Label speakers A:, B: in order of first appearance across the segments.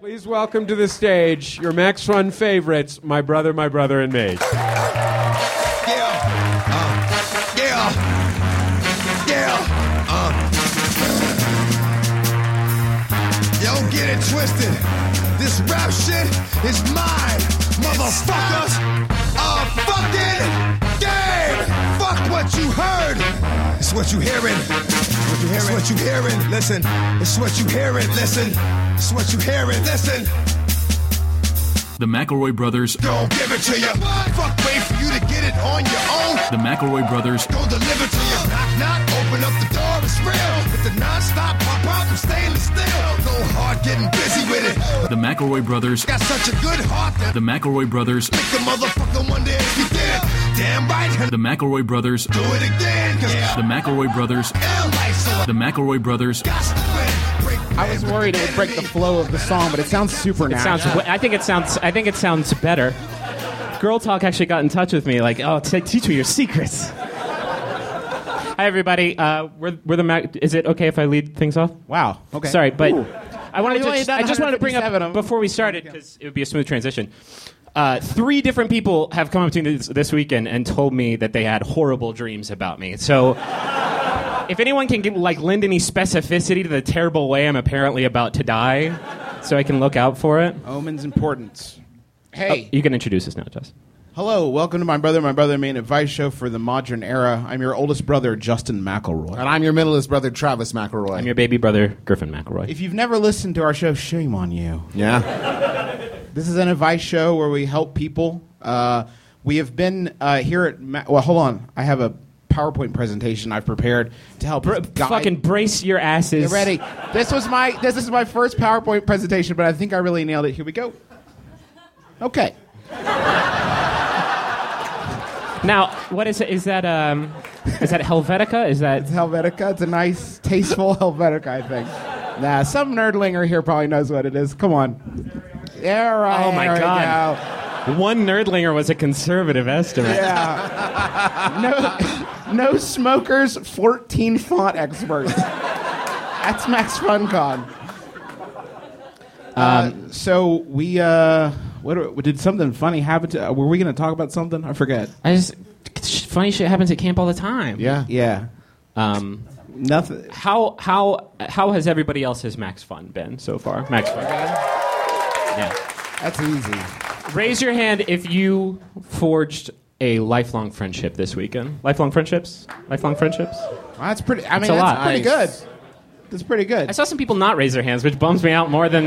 A: Please welcome to the stage your Max Run favorites, My Brother, My Brother, and Me.
B: Yeah. Uh, yeah. Yeah. Uh. Don't get it twisted. This rap shit is mine, motherfuckers. A fucking game. Fuck what you heard. It's what you hearing. What you hearing. It's what you hearing. Listen. It's what you hearing. Listen. It's what you hearing. Listen.
C: The McElroy Brothers,
B: Don't give it to you. Fuck, wait for you to get it on your own.
C: the McElroy Brothers,
B: Go deliver to you. Knock, knock, open up the door, it's real. With the non-stop pop out, I'm stainless steel. Go hard, getting busy with it.
C: the McElroy Brothers,
B: Got such a good heart that
C: the McElroy Brothers,
B: make the motherfucker wonder if you did. Damn right, and
C: the McElroy Brothers,
B: do it again. Cause
C: the McElroy Brothers,
B: damn right, so I
C: the McElroy Brothers,
B: got to win. Break
D: I was worried it would break the flow of the song, but it sounds super
E: It
D: natural.
E: sounds. wa- I think it sounds. I think it sounds better. Girl Talk actually got in touch with me, like, oh, t- teach me your secrets. Hi, everybody. Uh, we're, we're the. Mac- Is it okay if I lead things off?
D: wow. Okay.
E: Sorry, but
D: Ooh.
E: I wanted
D: You
E: to.
D: only
E: Just,
D: done
E: I just wanted to bring up
D: 157 of 'em.
E: before we started because it would be a smooth transition. Uh, three different people have come up to me this, this weekend and told me that they had horrible dreams about me. So, if anyone can give, like lend any specificity to the terrible way I'm apparently about to die, so I can look out for it.
D: Omen's importance. Hey.
E: You can introduce us now, Jess.
D: Hello, welcome to my brother, my brother, main advice show for the modern era. I'm your oldest brother, Justin McElroy.
F: And I'm your middleest brother, Travis McElroy.
E: I'm your baby brother, Griffin McElroy.
D: If you've never listened to our show, shame on you.
F: yeah.
D: This is an advice show where we help people. Uh, we have been uh, here at. Ma- well, hold on. I have a PowerPoint presentation I've prepared to help. guide-
E: Fucking brace your asses.
D: Get ready. This was my. This is my first PowerPoint presentation, but I think I really nailed it. Here we go. Okay.
E: Now, what is it? Is that um, is that Helvetica? Is that
D: Helvetica. It's a nice, tasteful Helvetica, I think. Nah, some nerdlinger here probably knows what it is. Come on. There I
E: Oh my
D: there we
E: God.
D: go.
E: one nerdlinger was a conservative estimate?
D: No smokers, 14 font experts. That's Max FunCon. Um, so we uh, what, do- did something funny happen to? Were we going to talk about something? I forget.
E: I just sh- funny shit happens at camp all the time.
F: Yeah.
D: Yeah,
E: Um,
D: nothing.
E: how how how has everybody else's Max Fun been so far? Max Fun. Yeah.
D: Oh That's easy.
E: Raise your hand if you forged a lifelong friendship this weekend. Lifelong friendships. Lifelong friendships.
D: Well, that's pretty. I mean,
E: a
D: that's
E: lot.
D: pretty
F: Nice.
D: good. That's pretty good.
E: I saw some people not raise their hands, which bums me out more than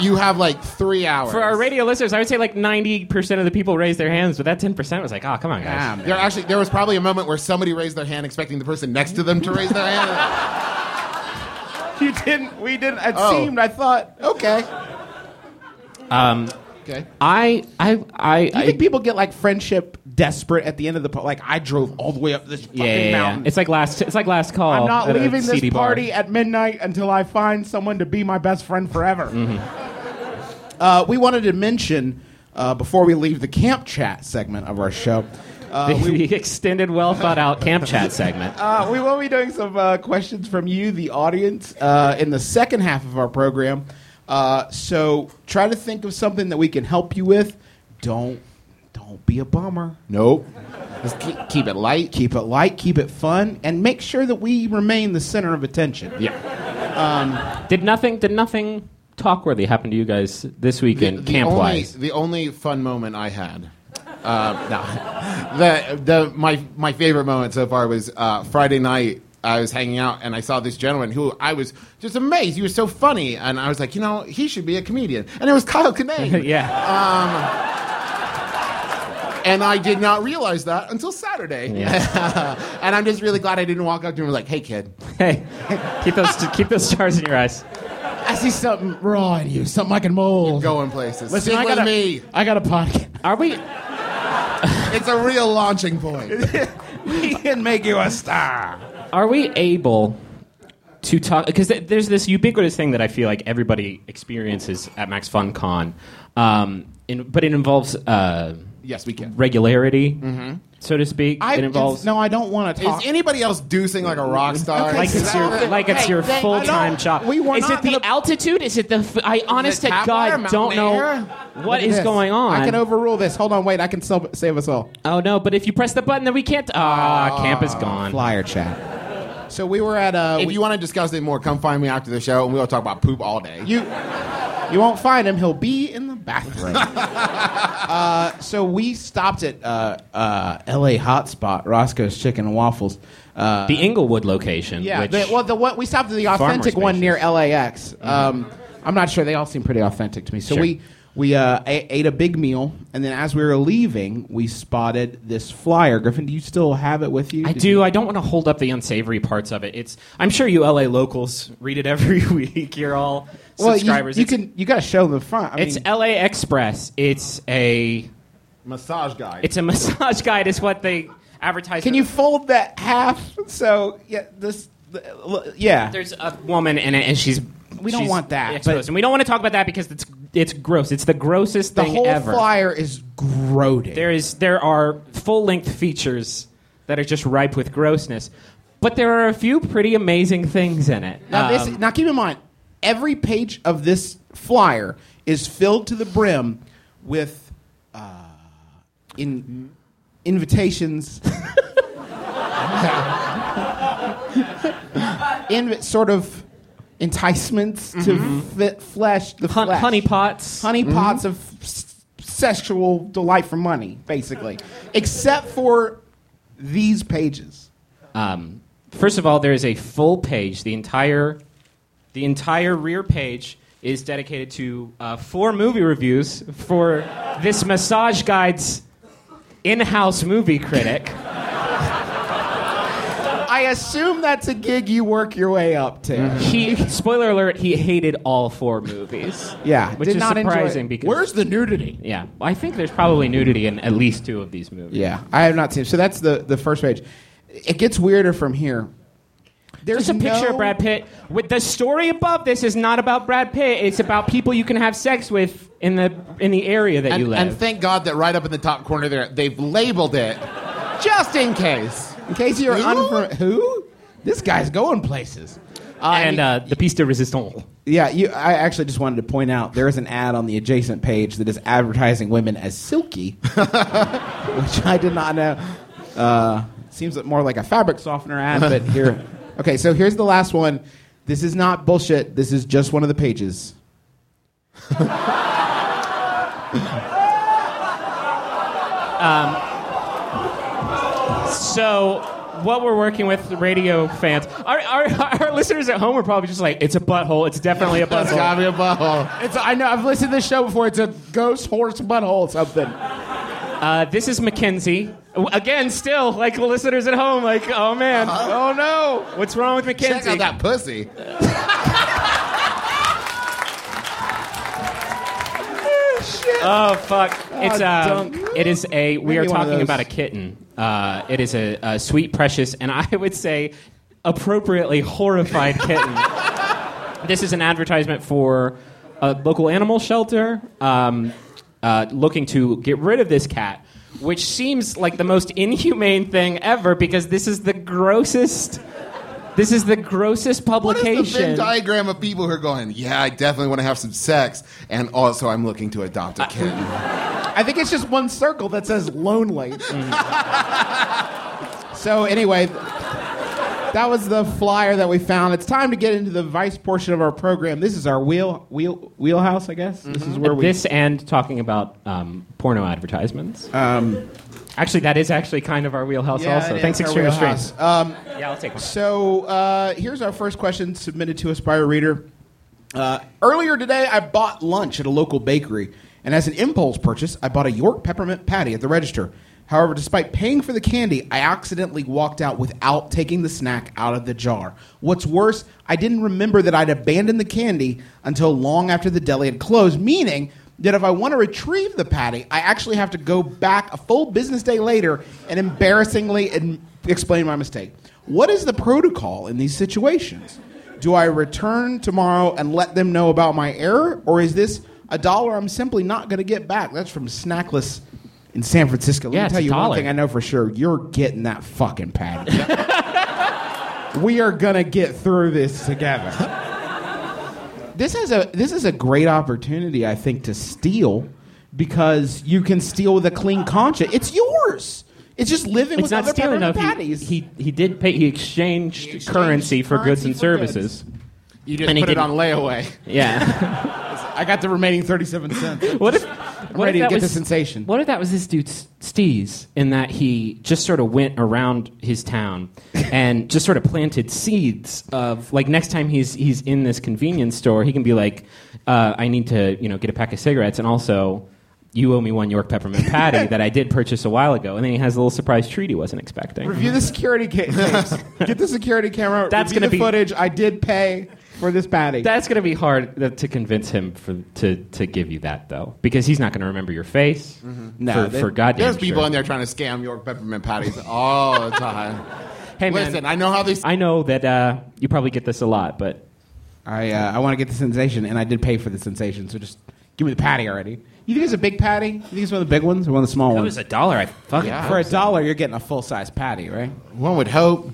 F: You have like three hours.
E: For our radio listeners, I would say like 90% of the people raised their hands, but that 10% was like, oh, come on, guys.
D: Yeah, man.
F: There actually there was probably a moment where somebody raised their hand expecting the person next to them to raise their hand.
D: You didn't. We didn't. It
F: Oh.
D: seemed. I thought. Okay.
F: Okay.
E: I, I, I,
D: I
E: I
D: think people get like friendship desperate at the end of the po- like. I drove all the way up this fucking
E: yeah, yeah, yeah.
D: mountain.
E: It's like last, it's like last call.
D: I'm not
E: at a
D: leaving this
E: CD bar.
D: party at midnight until I find someone to be my best friend forever.
E: Mm-hmm.
D: Uh, we wanted to mention uh, before we leave the camp chat segment of our show. Uh,
E: the,
D: we,
E: the extended, well thought out camp chat segment.
D: uh, we will be doing some uh, questions from you, the audience, uh, in the second half of our program. Uh, so try to think of something that we can help you with. Don't don't be a bummer.
F: Nope. Just keep, keep it light.
D: Keep it light, keep it fun, and make sure that we remain the center of attention.
E: yeah. Um, did nothing, did nothing talk worthy happen to you guys this weekend, camp
F: only,
E: wise?
F: The only fun moment I had. Uh, no. The, the, my, my favorite moment so far was uh, Friday night. I was hanging out and I saw this gentleman who I was just amazed. He was so funny. And I was like, you know, he should be a comedian. And it was Kyle Kinane.
E: yeah.
F: And I did not realize that until Saturday. and I'm just really glad I didn't walk up to him and was like, hey, kid.
E: Hey, keep those, keep those stars in your eyes.
D: I see something raw in you, something I can mold.
F: Going places.
D: Listen,
F: Sing
D: I
F: with
D: got a-
F: me.
D: I got a podcast.
E: Are we,
F: It's a real launching point.
D: He can make you a star.
E: Are we able to talk? Because th- there's this ubiquitous thing that I feel like everybody experiences at Max Fun Con, um, in, but it involves uh,
D: Yes, we can.
E: regularity, so to speak.
F: I,
E: it involves
F: no, I don't want to
D: Is
F: talk.
D: anybody else deucing like a rock star?
E: like it's your like it's your
A: Hey,
E: full time
F: don't-
E: job.
F: we were
E: is
F: not
E: it the
F: gonna-
E: altitude? Is it the? F- I honest to
D: tap water,
E: God
D: Mount
E: don't know
D: Air?
E: what is
F: Yes.
E: going on.
F: I can overrule this. Hold on, wait. I can sel- save us all.
E: oh no! But if you press the button, then we can't. Ah, camp is gone.
F: Flyer chat. So we were at uh,
D: If
F: we-
D: you want to discuss it more, come find me after the show, and we'll talk about poop all day.
F: You you won't find him. He'll be in the bathroom. uh, so we stopped at uh, uh, L.A. Hotspot, Roscoe's Chicken and Waffles. Uh,
E: The Inglewood location.
F: yeah,
E: which,
F: the- well, the one we stopped at the
E: far more
F: authentic one
E: spacious.
F: near LAX. Um, I'm not sure. They all seem pretty authentic to me. So
E: Sure.
F: we we uh, a- ate a big meal, and then as we were leaving, we spotted this flyer. Griffin, do you still have it with you?
E: I
F: Did
E: do.
F: you-
E: I don't want to hold up the unsavory parts of it. It's. I'm sure you LA locals read it every week. You're all
F: well, you,
E: subscribers.
F: you
E: It's-
F: can. You got to show the front. I
E: It's
F: mean,
E: LA Express. It's a.
D: Massage guy.
E: It's a massage guide. Is what they advertise.
F: Can
E: for-
F: you fold that half? So yeah, this the- yeah.
E: There's a woman in it, and she's.
F: We don't
E: she's
F: want that, but-
E: exposed. and we don't want to talk about that because it's it's gross. It's the grossest
F: The
E: thing
F: whole
E: ever.
F: flyer is grody.
E: There is there are full length features that are just ripe with grossness, but there are a few pretty amazing things in it.
F: now, this,
E: Um,
F: now keep in mind, every page of this flyer is filled to the brim with uh, in invitations. in sort of enticements to fit flesh the
E: Mm-hmm. hun-
F: flesh.
E: honey pots.
F: honey pots of s- sexual delight for money, basically, except for these pages.
E: Um, first of all, there is a full page. The entire, the entire rear page is dedicated to uh, four movie reviews for this massage guide's in-house movie critic.
F: I assume that's a gig you work your way up to.
E: He, spoiler alert, he hated all four movies.
F: Yeah,
E: which
F: did
E: is
F: not enjoy it.
E: surprising because
F: where's the nudity?
E: yeah, I think there's probably nudity in at least two of these movies.
F: Yeah, I have not seen. So that's the the first page. It gets weirder from here. There's
E: There's a picture
F: no-
E: of Brad Pitt. With the story above this is not about Brad Pitt. It's about people you can have sex with in the in the area that
D: and,
E: you live.
D: and thank God that right up in the top corner there, they've labeled it just in case.
F: In case you're
D: Who?
F: unfamiliar, who? This guy's going places.
E: and uh, the piece de resistance.
F: Yeah, you, I actually just wanted to point out there is an ad on the adjacent page that is advertising women as silky, which I did not know. Uh, seems more like a fabric softener ad, but here. Okay, so here's the last one. This is not bullshit. This is just one of the pages.
E: So, what we're working with, radio fans, our, our, our listeners at home are probably just like, it's a butthole. It's definitely a
D: That's
E: butthole.
D: gotta be a butthole.
F: Oh, It's I know I've listened to this show before. It's a ghost horse butthole something.
E: Uh, this is Mackenzie. Again, still, like the listeners at home, like, oh man, oh no, what's wrong with Mackenzie?
D: Uh-huh. Check out that pussy.
E: Oh fuck! It's um, it is a. We
F: Maybe
E: are
F: one of
E: talking
F: those.
E: about a kitten. Uh, it is a, a sweet, precious, and I would say appropriately horrified kitten. this is an advertisement for a local animal shelter um, uh, looking to get rid of this cat, which seems like the most inhumane thing ever because this is the grossest. This is the grossest
D: What
E: publication.
D: is the Venn diagram of people who are going, yeah, I definitely want to have some sex, and also I'm looking to adopt a kitten.
F: I think it's just one circle that says lonely. so anyway, th- that was the flyer that we found. It's time to get into the vice portion of our program. This is our wheel wheel wheelhouse, I guess. This is where we
E: this and talking about um, porno advertisements. actually, that is actually kind of our wheelhouse.
F: Um, Yeah,
E: also,
F: it
E: thanks,
F: is our
E: Extreme
F: wheelhouse.
E: Restraints.
F: Um,
E: Yeah, I'll take one.
F: So uh, here's our first question submitted to us by a reader. Uh, earlier today, I bought lunch at a local bakery, and as an impulse purchase, I bought a York peppermint patty at the register. However, despite paying for the candy, I accidentally walked out without taking the snack out of the jar. What's worse, I didn't remember that I'd abandoned the candy until long after the deli had closed, meaning that if I want to retrieve the patty, I actually have to go back a full business day later and embarrassingly ad- explain my mistake. What is the protocol in these situations? Do I return tomorrow and let them know about my error, or is this a dollar I'm simply not going to get back? That's from Snackless in San Francisco. Let
E: Yeah,
F: me
E: it's
F: tell
E: a
F: you one
E: dollar.
F: thing I know for sure. You're getting that fucking patty. we are gonna get through this together. this is a this is a great opportunity, I think, to steal because you can steal with a clean conscience. It's yours. It's just living
E: It's
F: with
E: not
F: other
E: stealing
F: peppermint
E: enough. He,
F: patties.
E: he he did pay. He exchanged,
D: exchanged
E: currency for
D: currency
E: goods and
D: for
E: services.
D: You just
E: And he
D: put it
E: didn't-
D: on layaway.
E: Yeah.
F: I got the remaining thirty-seven cents.
E: what if? what if
F: ready to
E: that
F: get
E: was,
F: the sensation.
E: What if that was this dude S- Steez, in that he just sort of went around his town and just sort of planted seeds of like next time he's he's in this convenience store, he can be like, uh, I need to you know get a pack of cigarettes and also. You owe me one York peppermint patty that I did purchase a while ago, and then he has a little surprise treat he wasn't expecting.
F: Review the security ca- tapes. Get the security camera.
E: That's
F: review
E: gonna
F: the
E: be-
F: footage. I did pay for this patty.
E: That's going to be hard th- to convince him for to, to give you that though, because he's not going to remember your face.
F: No,
E: for,
F: Mm-hmm. they-
E: for goddamn
D: There's people
E: sure.
D: in there trying to scam York peppermint patties all the time.
E: Hey man,
D: Listen, I know how they. s-
E: I know that uh, you probably get this a lot, but
F: I uh, I want to get the sensation, and I did pay for the sensation. So just give me the patty already. You think it's a big patty? You think it's one of the big ones or one of the small
E: it
F: ones?
E: was a dollar. I fucking
F: for a dollar, you're getting a full size patty, right?
D: One would hope.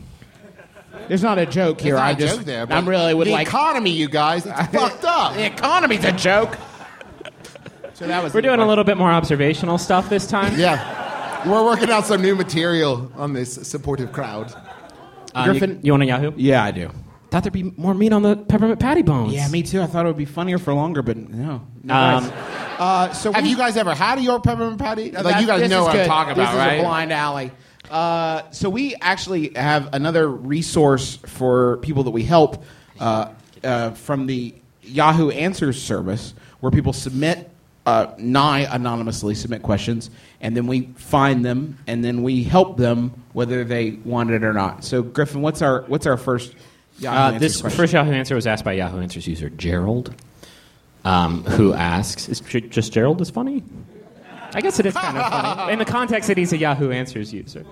F: There's not a joke here.
D: It's not
F: I
D: a
F: just
D: joke there, but
F: I'm really would
D: the
F: like
D: economy, you guys. It's fucked
F: the
D: up.
F: economy's a joke. So that was
E: We're doing a little bit more observational stuff this time.
D: Yeah, we're working out some new material on this supportive crowd.
E: Uh, you-
F: Griffin-
E: you, want a Yahoo?
F: Yeah, I do.
E: Thought there'd be more meat on the peppermint patty bones.
F: Yeah, me too. I thought it would be funnier for longer, but no. no
E: Um,
F: guys. uh, so
D: Have
F: we-
D: you guys ever had a York peppermint patty? Like
F: That's-
D: you guys
F: this
D: know
F: is
D: what I'm
F: good.
D: talking about,
F: this
D: right?
F: Is a blind alley. Uh, so we actually have another resource for people that we help uh, uh, from the Yahoo Answers service, where people submit uh, nigh anonymously submit questions, and then we find them, and then we help them whether they want it or not. So Griffin, what's our what's our first Yahoo
E: Uh,
F: Answers
E: this
F: question?
E: first Yahoo answer was asked by Yahoo Answers user Gerald, um, who asks, "Is j- just Gerald is funny?" I guess it is kind of funny in the context that he's a Yahoo Answers user.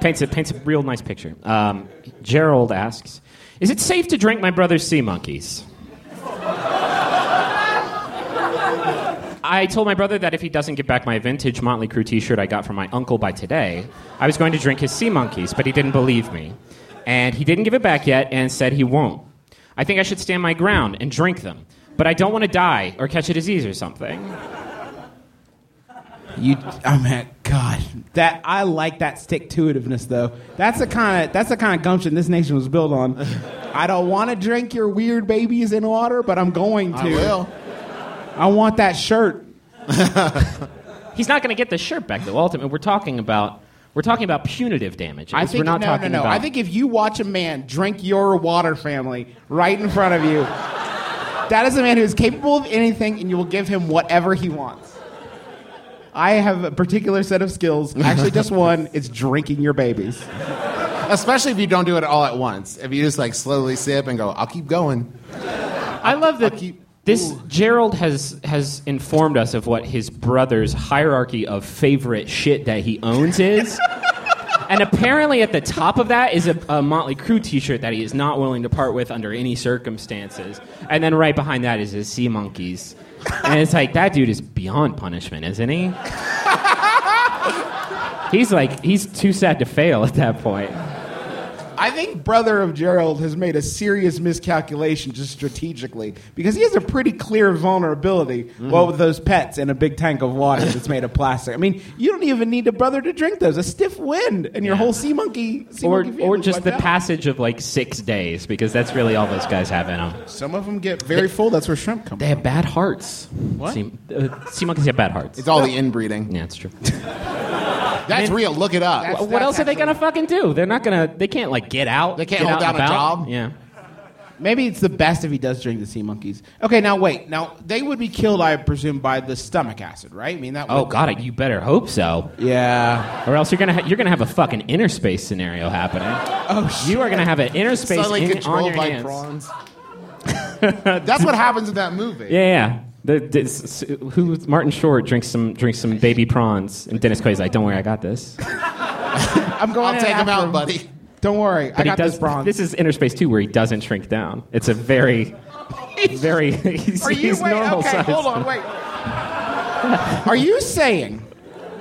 E: Paints a paints a real nice picture. Um, Gerald asks, "Is it safe to drink my brother's sea monkeys?" I told my brother that if he doesn't get back my vintage Motley Crue T-shirt I got from my uncle by today, I was going to drink his sea monkeys, but he didn't believe me, and he didn't give it back yet, and said he won't. I think I should stand my ground and drink them, but I don't want to die or catch a disease or something.
F: You, I mean, God, that I like that stick to itiveness though. That's the kind of that's the kind of gumption this nation was built on. I don't want to drink your weird babies in water, but I'm going to.
D: I will.
F: I want that shirt.
E: He's not going to get the shirt back though. Ultimately, we're talking about we're talking about punitive damages.
F: I think
E: we're not
F: no,
E: talking
F: no, no.
E: about.
F: I think if you watch a man drink your water, family, right in front of you, that is a man who is capable of anything, and you will give him whatever he wants. I have a particular set of skills. Actually, just one. It's drinking your babies.
D: Especially if you don't do it all at once. If you just like slowly sip and go, I'll keep going.
E: I love that
D: I'll keep-
E: this Gerald has has informed us of what his brother's hierarchy of favorite shit that he owns is. And apparently, at the top of that is a, a Motley Crue T-shirt that he is not willing to part with under any circumstances. And then right behind that is his sea monkeys. And it's like that dude is beyond punishment, isn't he? He's like he's too sad to fail at that point.
F: I think brother of Gerald has made a serious miscalculation just strategically because he has a pretty clear vulnerability. Well, with those pets and a big tank of water that's made of plastic. I mean, you don't even need a brother to drink those. A stiff wind and your
E: Yeah.
F: whole sea monkey, sea
E: Or
F: monkey
E: or
F: family's
E: just
F: wiped
E: the
F: out.
E: passage of like six days because that's really all those guys have in them.
F: Some of them get very full. That's where shrimp come.
E: They have bad hearts.
F: What?
E: Sea, uh, sea monkeys have bad hearts.
D: It's all the inbreeding.
E: yeah, it's true.
D: That's real. Look it up.
E: what else are they gonna fucking do? They're not gonna. They can't like get out.
D: They can't
E: get
D: hold
E: out and
D: down a
E: about.
D: job?
E: Yeah.
F: Maybe it's the best if he does drink the sea monkeys. Okay, now wait. Now they would be killed, I presume, by the stomach acid, right? I mean that. Would,
E: Oh god, you better hope so,
F: Yeah.
E: or else you're gonna ha- you're gonna have a fucking inner space scenario happening.
F: Oh, shit.
E: You are gonna have an inner space
D: Suddenly
E: in, on
D: controlled
E: your
D: by
E: hands.
D: prawns. That's what happens in that movie.
E: Yeah, yeah. The, this, who Martin Short drinks some drinks some baby prawns, and Dennis Quaid's like, "Don't worry, I got this." But
F: I'm going.
D: I'll
F: in
D: take
F: after
D: him out,
F: him.
D: buddy.
F: Don't worry. I
E: he
F: got
E: does.
F: this bronze.
E: This is inner space too, where he doesn't shrink down. It's a very, very. He's,
F: Are you
E: he's
F: wait,
E: normal
F: okay,
E: size.
F: hold on, wait. Are you saying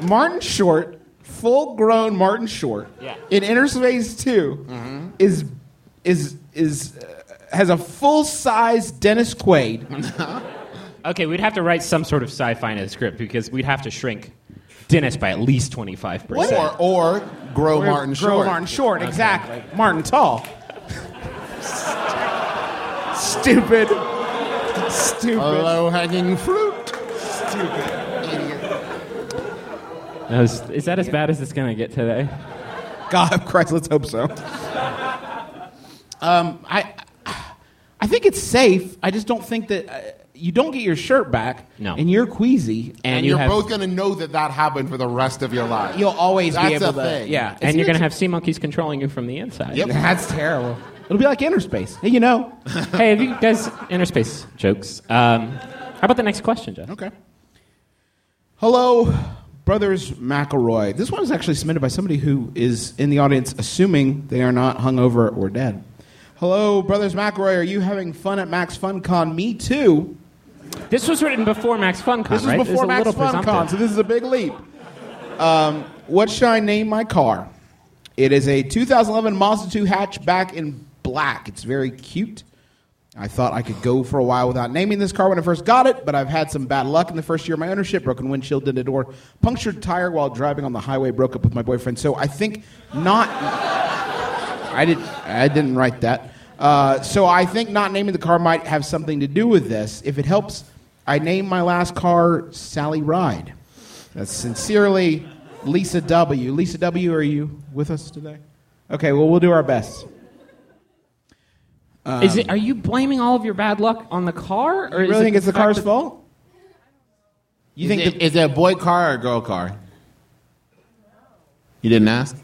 F: Martin Short, full grown Martin Short,
E: Yeah.
F: in Inner Space 2 is is is uh, has a full size Dennis Quaid.
E: Okay, we'd have to write some sort of sci-fi in a script because we'd have to shrink Dennis by at least twenty-five percent.
D: Or, or grow Martin
F: Grow
D: Short.
F: Martin Short, exactly. Martin Tall. Stupid. Stupid.
D: Low hanging fruit.
E: Is that as bad as it's gonna get today?
F: God Christ, let's hope so. Um, I, I think it's safe. I just don't think that uh, you don't get your shirt back,
E: No.
F: and you're queasy,
D: And,
E: And you
D: you're
E: have-
D: both going to know that that happened for the rest of your life.
F: you'll always
D: That's
F: be able
D: a
F: to.
D: thing.
F: Yeah,
E: and you're gonna have sea monkeys controlling you from the inside.
D: Yep.
F: That's terrible. It'll be like inner space. Hey, you know.
E: hey, have you guys interspace jokes? Um, how about the next question, Jeff?
F: Okay. Hello, brothers McElroy. This one was actually submitted by somebody who is in the audience, assuming they are not hungover or dead. Hello, brothers McElroy. Are you having fun at Max FunCon? Me too.
E: This was written before Max FunCon,
F: This
E: right?
F: is before
E: a
F: Max
E: little presumptive.
F: FunCon, so this is a big leap. Um, what should I name my car? It is a 2011 Mazda 2 hatchback in black. It's very cute. I thought I could go for a while without naming this car when I first got it, but I've had some bad luck in the first year of my ownership. Broken windshield, dented door, punctured tire while driving on the highway. Broke up with my boyfriend, so I think not. I didn't. I didn't write that. Uh, so I think not naming the car might have something to do with this. If it helps, I named my last car Sally Ride. That's sincerely Lisa W. Lisa W. Are you with us today? Okay. Well, we'll do our best.
E: Is it, are you blaming all of your bad luck on the car? Or
F: Um, You
E: is
F: really
E: it
F: think it's the
E: fact
F: car's
E: that-
F: fault? You think
D: is,
F: the-
D: it, is it a boy car or a girl car? You didn't ask.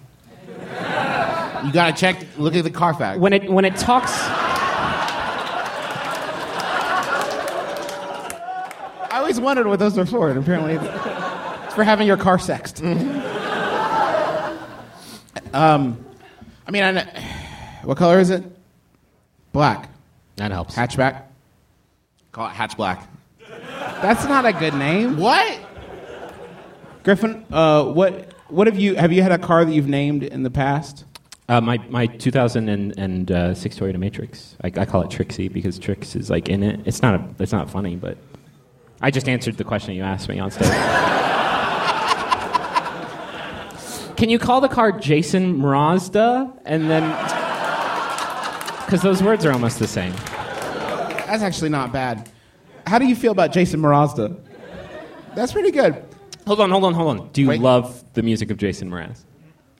D: you gotta check. Look at the Carfax.
E: When it when it talks,
F: I always wondered what those were for, and apparently it's for having your car sexed. um,
D: Mm-hmm.
F: I mean, I know, what color is it? Black
E: that helps.
F: hatchback.
D: Call it hatch black.
F: That's not a good name.
D: What?
F: Griffin, uh, what what have you have you had a car that you've named in the past?
E: Uh, my my 2006 Toyota Matrix. I, I call it Trixie because Trix is like in it. It's not a, it's not funny, but I just answered the question you asked me on stage. Can you call the car Jason Mrazda and then? Because those words are almost the same.
F: That's actually not bad. How do you feel about Jason Mrazda? That's pretty good.
E: Hold on, hold on, hold on. Do you
F: Wait.
E: love the music of Jason Mraz?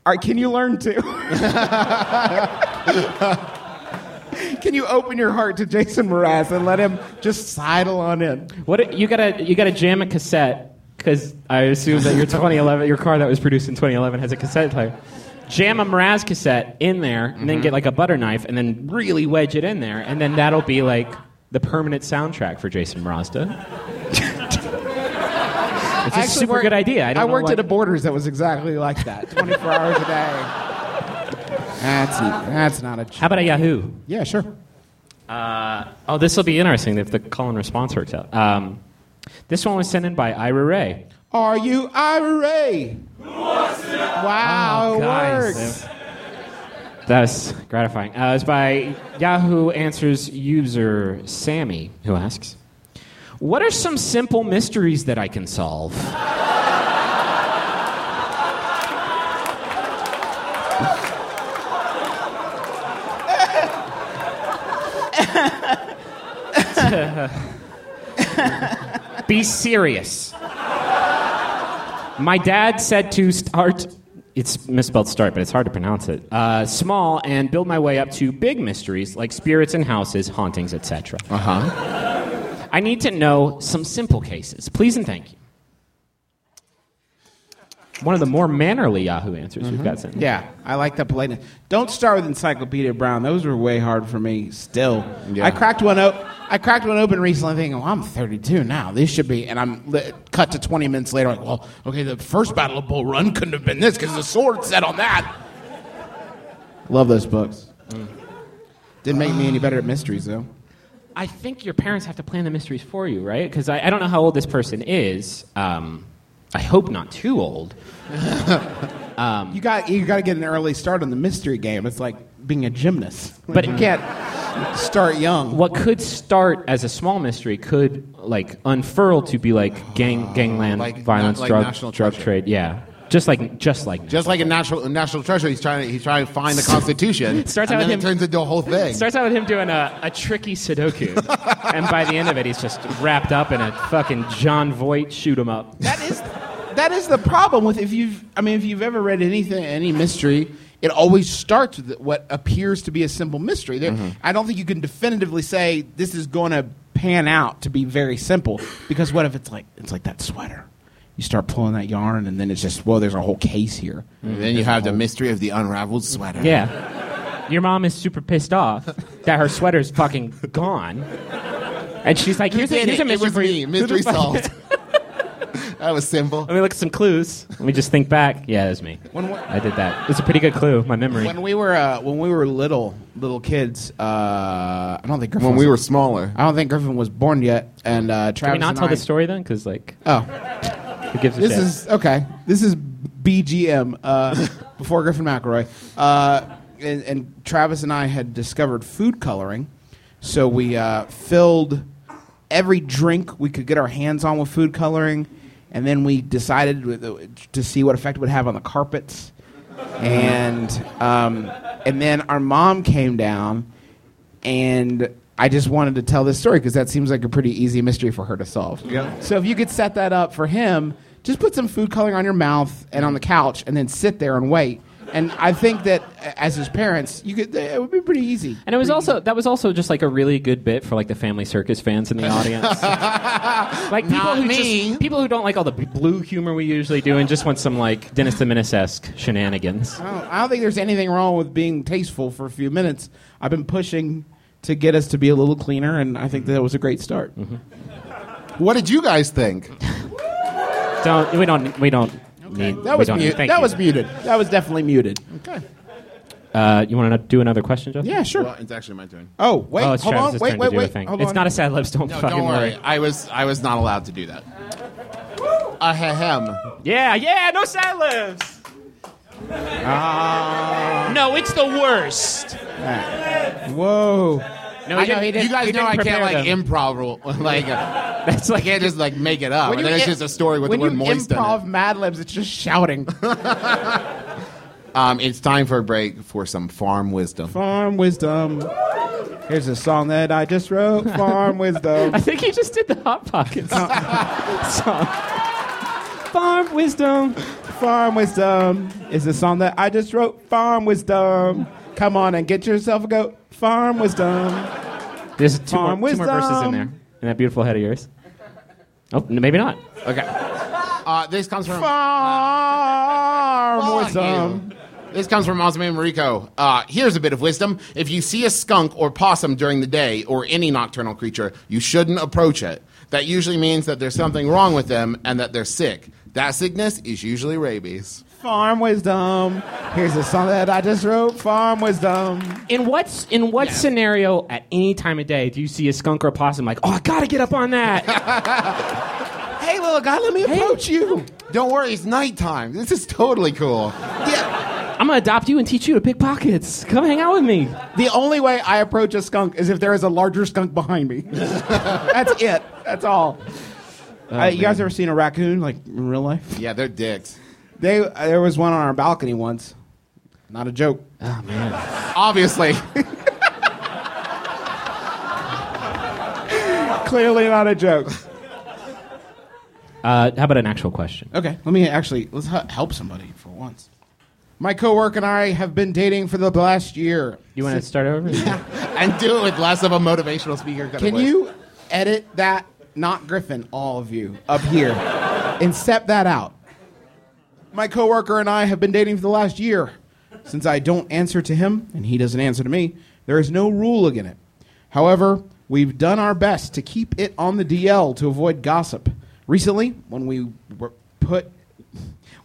F: All right, can you learn to? can you open your heart to Jason Mraz and let him just sidle on in?
E: What you gotta you gotta jam a cassette because I assume that your 2011 your car that was produced in 2011 has a cassette player. Jam a Mraz cassette in there, and then get like a butter knife, and then really wedge it in there, and then that'll be like the permanent soundtrack for Jason Mrazda. it's a super good idea. I, don't know
F: worked
E: why-
F: at a Borders that was exactly like that 24 hours a day. That's, that's not a. Ch-
E: How about a Yahoo?
F: yeah, sure.
E: Oh, this will be interesting if the call and response works out. Um, this one was sent in by Ira Ray.
F: Are you IRA? Wow, it
E: Oh, guys,
F: works.
E: That's gratifying. Uh, it's by Yahoo Answers user Sammy, who asks, What are some simple mysteries that I can solve? Be serious. My dad said to start. It's misspelled start, but it's hard to pronounce it. Uh, small and build my way up to big mysteries like spirits and houses, hauntings, etc.
D: Uh huh.
F: Uh-huh.
E: I need to know some simple cases. Please and thank you. One of the more mannerly Yahoo answers we've got sent.
F: Mm-hmm. Yeah, I like that politeness. Don't start with Encyclopedia Brown. Those were way hard for me. Still,
D: Yeah.
F: I cracked one open. I cracked one open recently, thinking, "Well, I'm 32 now. This should be." And I'm li- cut to 20 minutes later. Like, well, okay, the first Battle of Bull Run couldn't have been this because the sword said on that. Love those books.
D: Mm.
F: Didn't make me any better at mysteries though.
E: I think your parents have to plan the mysteries for you, right? Because I, I don't know how old this person is, um, I hope not too old.
F: You got you got to get an early start on the mystery game. It's like being a gymnast. Like,
E: But-
F: you can't start young.
E: What could start as a small mystery could like unfurl to be like gang, gangland,
D: Like-
E: violence,
D: like
E: drug,
D: National
E: drug
D: Treasure.
E: trade. Yeah, just like just like
D: Just like a national national treasure, he's trying to he's trying to find the Constitution.
E: Starts
D: and
E: out
D: then it
E: with him-
D: turns into a whole thing.
E: Starts out with him doing a, a tricky Sudoku, and by the end of it, he's just wrapped up in a fucking John Voight shoot 'em up.
F: That is that is the problem with if you've I mean if you've ever read anything any mystery, it always starts with what appears to be a simple mystery. There,
D: Mm-hmm.
F: I don't think you can definitively say this is going to pan out to be very simple because what if it's like it's like that sweater. You start pulling that yarn and then it's just well there's a whole case here.
D: and Mm-hmm. then you have the mystery of the unraveled sweater.
E: Yeah, your mom is super pissed off that her sweater's fucking gone, and she's like, "Here's a,
D: Did
E: here's a
D: it, it
E: mystery
D: was
E: for
D: me.
E: you.
D: Mystery
E: Who the fuck-
D: solved. that was simple.
E: Let me look at some clues. Let me just think back. Yeah, it was me.
F: When we-
E: I did that. It's a pretty good clue. My memory.
F: When we were uh, when we were little little kids, uh, I don't think Griffin
D: When
F: was-
D: we were smaller,
F: I don't think Griffin was born yet, and uh, Travis
E: Can we not
F: and
E: tell
F: I-
E: the story then? Because like,
F: Oh,
E: who gives a
F: This
E: shit?
F: is okay. This is BGM uh, before Griffin McElroy. Uh, and, and Travis and I had discovered food coloring, so we uh, filled every drink we could get our hands on with food coloring, and then we decided with- uh, to see what effect it would have on the carpets, and um, and then our mom came down, and. I just wanted to tell this story because that seems like a pretty easy mystery for her to solve. So if you could set that up for him, just put some food coloring on your mouth and on the couch, and then sit there and wait. And I think that uh, as his parents, you could it would be pretty easy.
E: and it was also that was also just like a really good bit for like the family circus fans in the audience. like people
D: Not
E: who
D: me.
E: just people who don't like all the b- blue humor we usually do and just want some like Dennis the Menace esque shenanigans.
F: I don't, I don't think there's anything wrong with being tasteful for a few minutes. I've been pushing to get us to be a little cleaner, and I think that was a great start.
E: Mm-hmm.
D: what did you guys think?
E: Don't we don't we don't. Need,
F: That
E: we
F: was
E: don't
F: mu-
E: need-
F: that
E: thank you.
F: was muted. That was definitely muted.
E: Uh, you want to do another question, Jeff?
F: Yeah, sure.
D: Well, it's actually my turn.
F: Oh wait,
E: Oh, it's
F: hold
E: Travis's
F: on, wait,
E: turn
F: wait,
E: to do a
F: wait,
E: thing.
F: hold
E: it's
F: on.
E: not a sad lips. Don't
D: No,
E: fucking
D: don't worry. I was I was not allowed to do that. Ahem.
E: Yeah, yeah, no sad lips. no, it's the worst.
F: Whoa.
E: No,
D: I
E: didn't-
D: know,
E: didn't-
D: you guys
E: he
D: know
E: didn't
D: I can't
E: prepare
D: like
E: them.
D: improv rule- like uh,
E: That's
D: I
E: like
D: can't just like make it up.
F: When
D: And
F: you
D: then it's
F: im-
D: just a story with
F: when
D: the word
F: you
D: moist in
F: improv
D: it.
F: Mad Libs, it's just shouting.
D: Um, it's time for a break for some farm wisdom.
F: Farm Wisdom. Here's a song that I just wrote. Farm Wisdom.
E: I think he just did the Hot Pockets
F: Uh,
E: song. Farm wisdom.
F: Farm Wisdom is a song that I just wrote. Farm Wisdom. Come on and get yourself a goat. Farm Wisdom.
E: There's two more,
F: Farm
E: two more verses in
F: wisdom.
E: there. In that beautiful head of yours. Oh, n- maybe not.
D: Uh, this comes from
F: Farm
D: Fuck
F: Wisdom.
D: you. This comes from Osman Rico. Uh, here's a bit of wisdom. If you see a skunk or possum during the day or any nocturnal creature, you shouldn't approach it. That usually means that there's something wrong with them and that they're sick. That sickness is usually rabies.
F: Farm Wisdom. Here's a song that I just wrote. Farm Wisdom.
E: In what in what scenario at any time of day do you see a skunk or a possum like, oh, I gotta get up on that?
F: Hey, little guy, let me approach you.
D: Don't worry, it's nighttime. This is totally cool.
E: I'm gonna adopt you and teach you to pick pockets. Come hang out with me.
F: The only way I approach a skunk is if there is a larger skunk behind me. That's it. That's all. Uh, you guys ever seen a raccoon like in real life?
D: Yeah, they're dicks.
F: They there was one on our balcony once. Not a joke.
D: Obviously.
F: Clearly not a joke.
E: Uh, how about an actual question?
F: Okay, let me actually let's he- help somebody for once. My coworker and I have been dating for the last year.
E: You want to start over?
D: and do it with less of a motivational speaker. Kind of
F: Can
D: voice.
F: you edit that? Not Griffin, all of you up here, and step that out. My coworker and I have been dating for the last year. Since I don't answer to him and he doesn't answer to me, there is no rule against it. However, we've done our best to keep it on the DL to avoid gossip. Recently, when we were put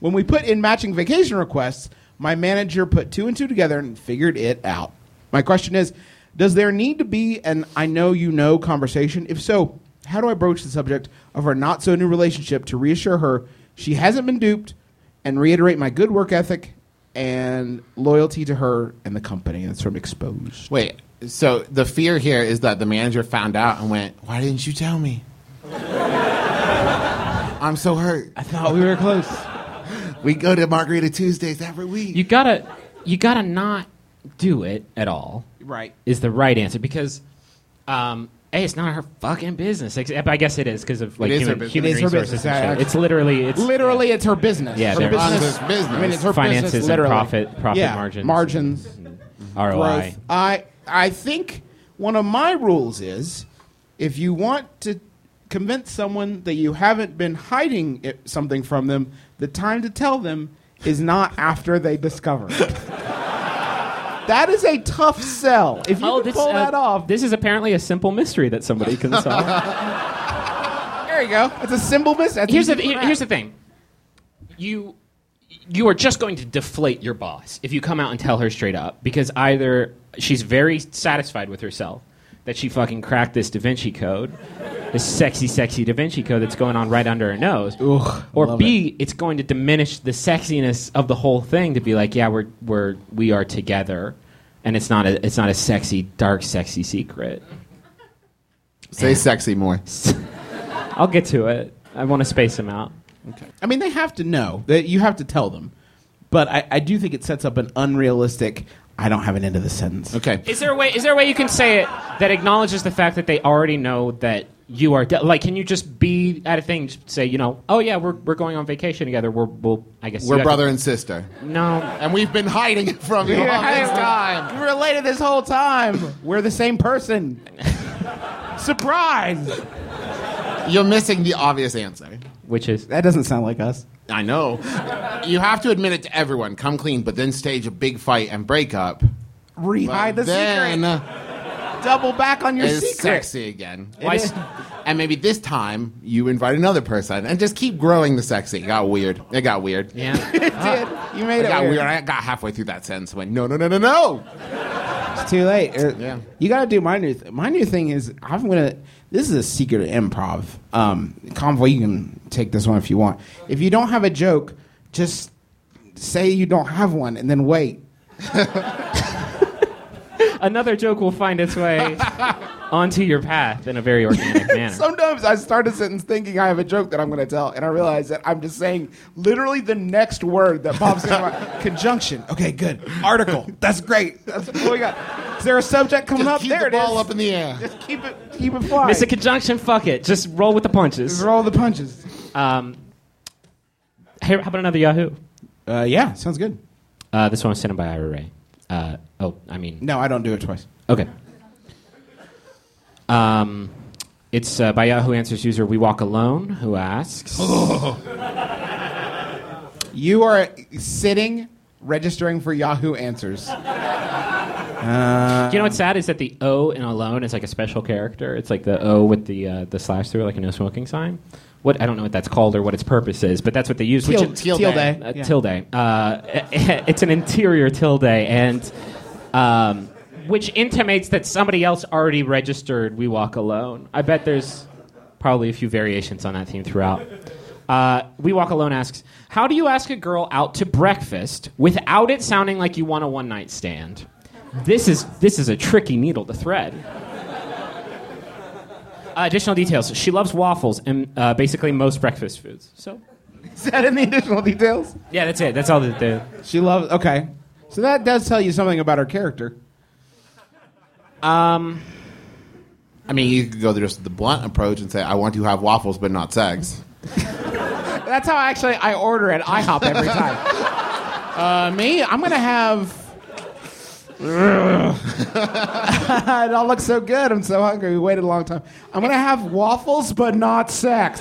F: when we put in matching vacation requests, my manager put two and two together and figured it out. My question is Does there need to be an I know you know conversation? If so, how do I broach the subject of our not so new relationship to reassure her She hasn't been duped, and reiterate my good work ethic and loyalty to her and the company. That's from Exposed.
D: Wait, so the fear here is that the manager found out and went, Why didn't you tell me? I'm so hurt.
E: I thought we were close.
D: We go to Margarita Tuesdays every week.
E: You gotta, you gotta not do it at all.
F: Right.
E: is the right answer because, um, hey, it's not her fucking business. Except I guess it is because of like
D: It is her
E: human,
D: business.
E: human
F: It is her
E: resources.
F: business.
E: and
F: I-
E: shit.
F: I-
E: it's literally, it's
F: Literally, it's her business.
E: Yeah,
F: her
E: they're-
F: business.
D: It's business.
F: I mean, it's her
E: Finances
F: business.
E: and
F: Literally,
E: profit- profit
F: yeah.
E: margins.
F: margins,
E: ROI.
F: growth. I I think one of my rules is if you want to convince someone that you haven't been hiding it, something from them, the time to tell them is not after they discover it. that is a tough sell. If you
E: Oh,
F: can pull
E: uh,
F: that off,
E: This is apparently a simple mystery that somebody can solve.
F: there you go. It's a symbol miss. That's
E: here's the
F: easy
E: here,
F: crap.
E: here's the thing. You you are just going to deflate your boss if you come out and tell her straight up because either she's very satisfied with herself that she fucking cracked this Da Vinci code, this sexy, sexy Da Vinci code that's going on right under her nose, or B, it's going to diminish the sexiness of the whole thing to be like, yeah, we're we're we are together, and it's not a it's not a sexy, dark, sexy secret.
D: Say sexy more.
E: I'll get to it. I want to space them out.
F: I mean, they have to know that you have to tell them, but I, I do think it sets up an unrealistic. I don't have an end of the sentence.
D: Okay.
E: Is there a way? Is there a way you can say it that acknowledges the fact that they already know that you are de- like? Can you just be at a thing? Just say, you know, oh yeah, we're we're going on vacation together. We're we'll I guess you
D: We're
E: have
D: brother and sister.
E: To, no,
D: And we've been hiding it from you all this time.
F: We were related this whole time. We're the same person. Surprise!
D: You're missing the obvious answer.
E: which is
F: That doesn't sound like us.
D: I know. You have to admit it to everyone. Come clean, but then stage a big fight and break up.
F: Rehide the
D: then
F: secret. Double back on your
D: is
F: secret.
D: sexy again.
E: why
F: is-
E: s-
D: And maybe this time you invite another person and just keep growing the sexy. It got weird. It got weird.
E: yeah.
F: It did. You made
D: It
F: it,
D: got
F: weird.
D: weird. Uh, I got halfway through that sentence. and went, no, no, no, no, no.
F: It's too late. Er,
D: Yeah.
F: You got to do my new. Th- my new thing is I'm gonna. This is a secret of improv. Um, convoy, you can take this one if you want. If you don't have a joke, just say you don't have one and then wait.
E: Another joke will find its way onto your path in a very organic manner.
F: Sometimes I start a sentence thinking I have a joke that I'm going to tell, and I realize that I'm just saying literally the next word that pops in my conjunction. Okay, good. Article. That's great. That's what we got. Is there a subject coming
D: Just
F: up?
D: keep
F: there
D: the
F: it is.
D: ball up in the air.
F: just keep it, keep it flying.
E: Miss a conjunction, fuck it. Just roll with the punches.
F: Roll the punches.
E: Um, here, how about another Yahoo?
F: Uh, yeah, sounds good.
E: Uh, this one was sent in by Ira Ray. Uh, oh, I mean,
F: No, I don't do it twice.
E: Okay. Um, it's uh, by Yahoo Answers user We Walk Alone who asks.
F: You are sitting registering for Yahoo Answers.
E: you know what's sad is that the O in Alone is like a special character. It's like the O with the uh, the slash through, like a no smoking sign. What I don't know what that's called or what its purpose is, but that's what they use. which
D: Til-
E: is-
D: tilde.
F: Tilde.
E: uh,
F: Yeah.
E: tilde. Uh, it's an interior tilde, and um, which intimates that somebody else already registered "We Walk Alone." I bet there's probably a few variations on that theme throughout. Uh, we Walk Alone asks, "How do you ask a girl out to breakfast without it sounding like you want a one-night stand?" This is this is a tricky needle to thread. Uh, additional details: She loves waffles and uh, basically most breakfast foods. So
F: Is that in the additional details?
E: yeah, that's it. That's all that the
F: She loves. Okay, so that does tell you something about her character.
D: I mean, you could go through just the blunt approach and say, I want to have waffles, but not sex.
F: That's how actually I order at IHOP every time. uh, me, I'm gonna have. it all looks so good. I'm so hungry. We waited a long time. I'm gonna have waffles, but not sex.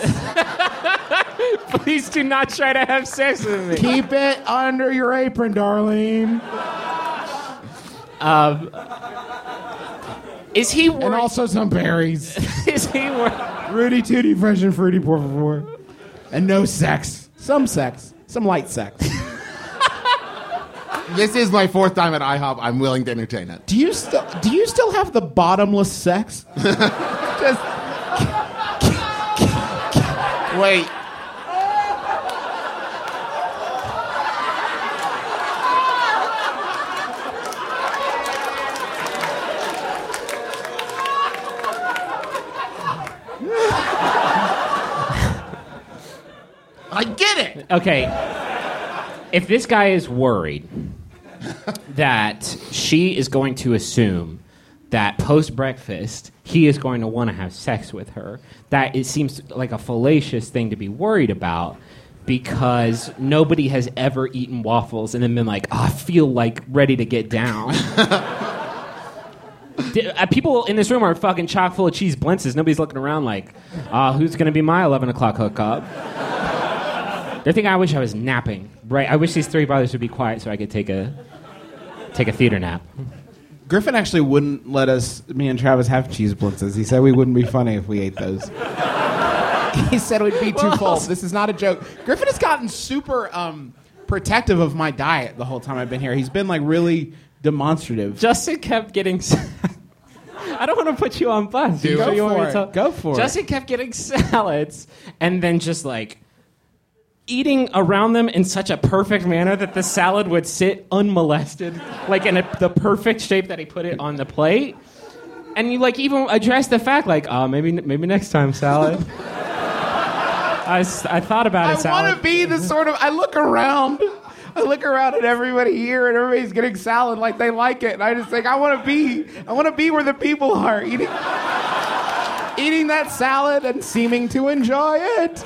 E: Please do not try to have sex with me.
F: Keep it under your apron, darling.
E: Is he worried?
F: And also some berries.
E: is he worried?
F: Rudy Tooty, fresh and fruity, por favor. And no sex. Some sex. Some light sex.
D: This is my fourth time at IHOP. I'm willing to entertain it.
F: Do you still do you still have the bottomless sex? Just
D: Wait. I get it.
E: Okay. If this guy is worried that she is going to assume that post breakfast he is going to want to have sex with her, that it seems like a fallacious thing to be worried about because nobody has ever eaten waffles and then been like, "Oh, I feel like ready to get down. Di- uh, People in this room are fucking chock full of cheese blintzes. Nobody's looking around like, uh, who's going to be my 11 o'clock hookup? They're thinking I wish I was napping. Right. I wish these three brothers would be quiet so I could take a take a theater nap.
F: Griffin actually wouldn't let us, me and Travis, have cheese blitzes. He said we wouldn't be funny if we ate those. he said we'd be too full. This is not a joke. Griffin has gotten super um, protective of my diet the whole time I've been here. He's been like really demonstrative.
E: Justin kept getting s- I don't want to put you on blast.
D: Dude.
E: You sure
F: Go
E: you want me
F: for
E: to
F: it.
E: tell-
F: Go for it.
E: Justin kept getting salads and then just like eating around them in such a perfect manner that the salad would sit unmolested, like in a, the perfect shape that he put it on the plate. And you like even address the fact like, oh, maybe maybe next time salad. I, s- I thought about it.
F: I
E: salad.
F: want to be the sort of. I look around. I look around at everybody here, and everybody's getting salad like they like it. And I just think I want to be. I want to be where the people are eating, eating that salad and seeming to enjoy it.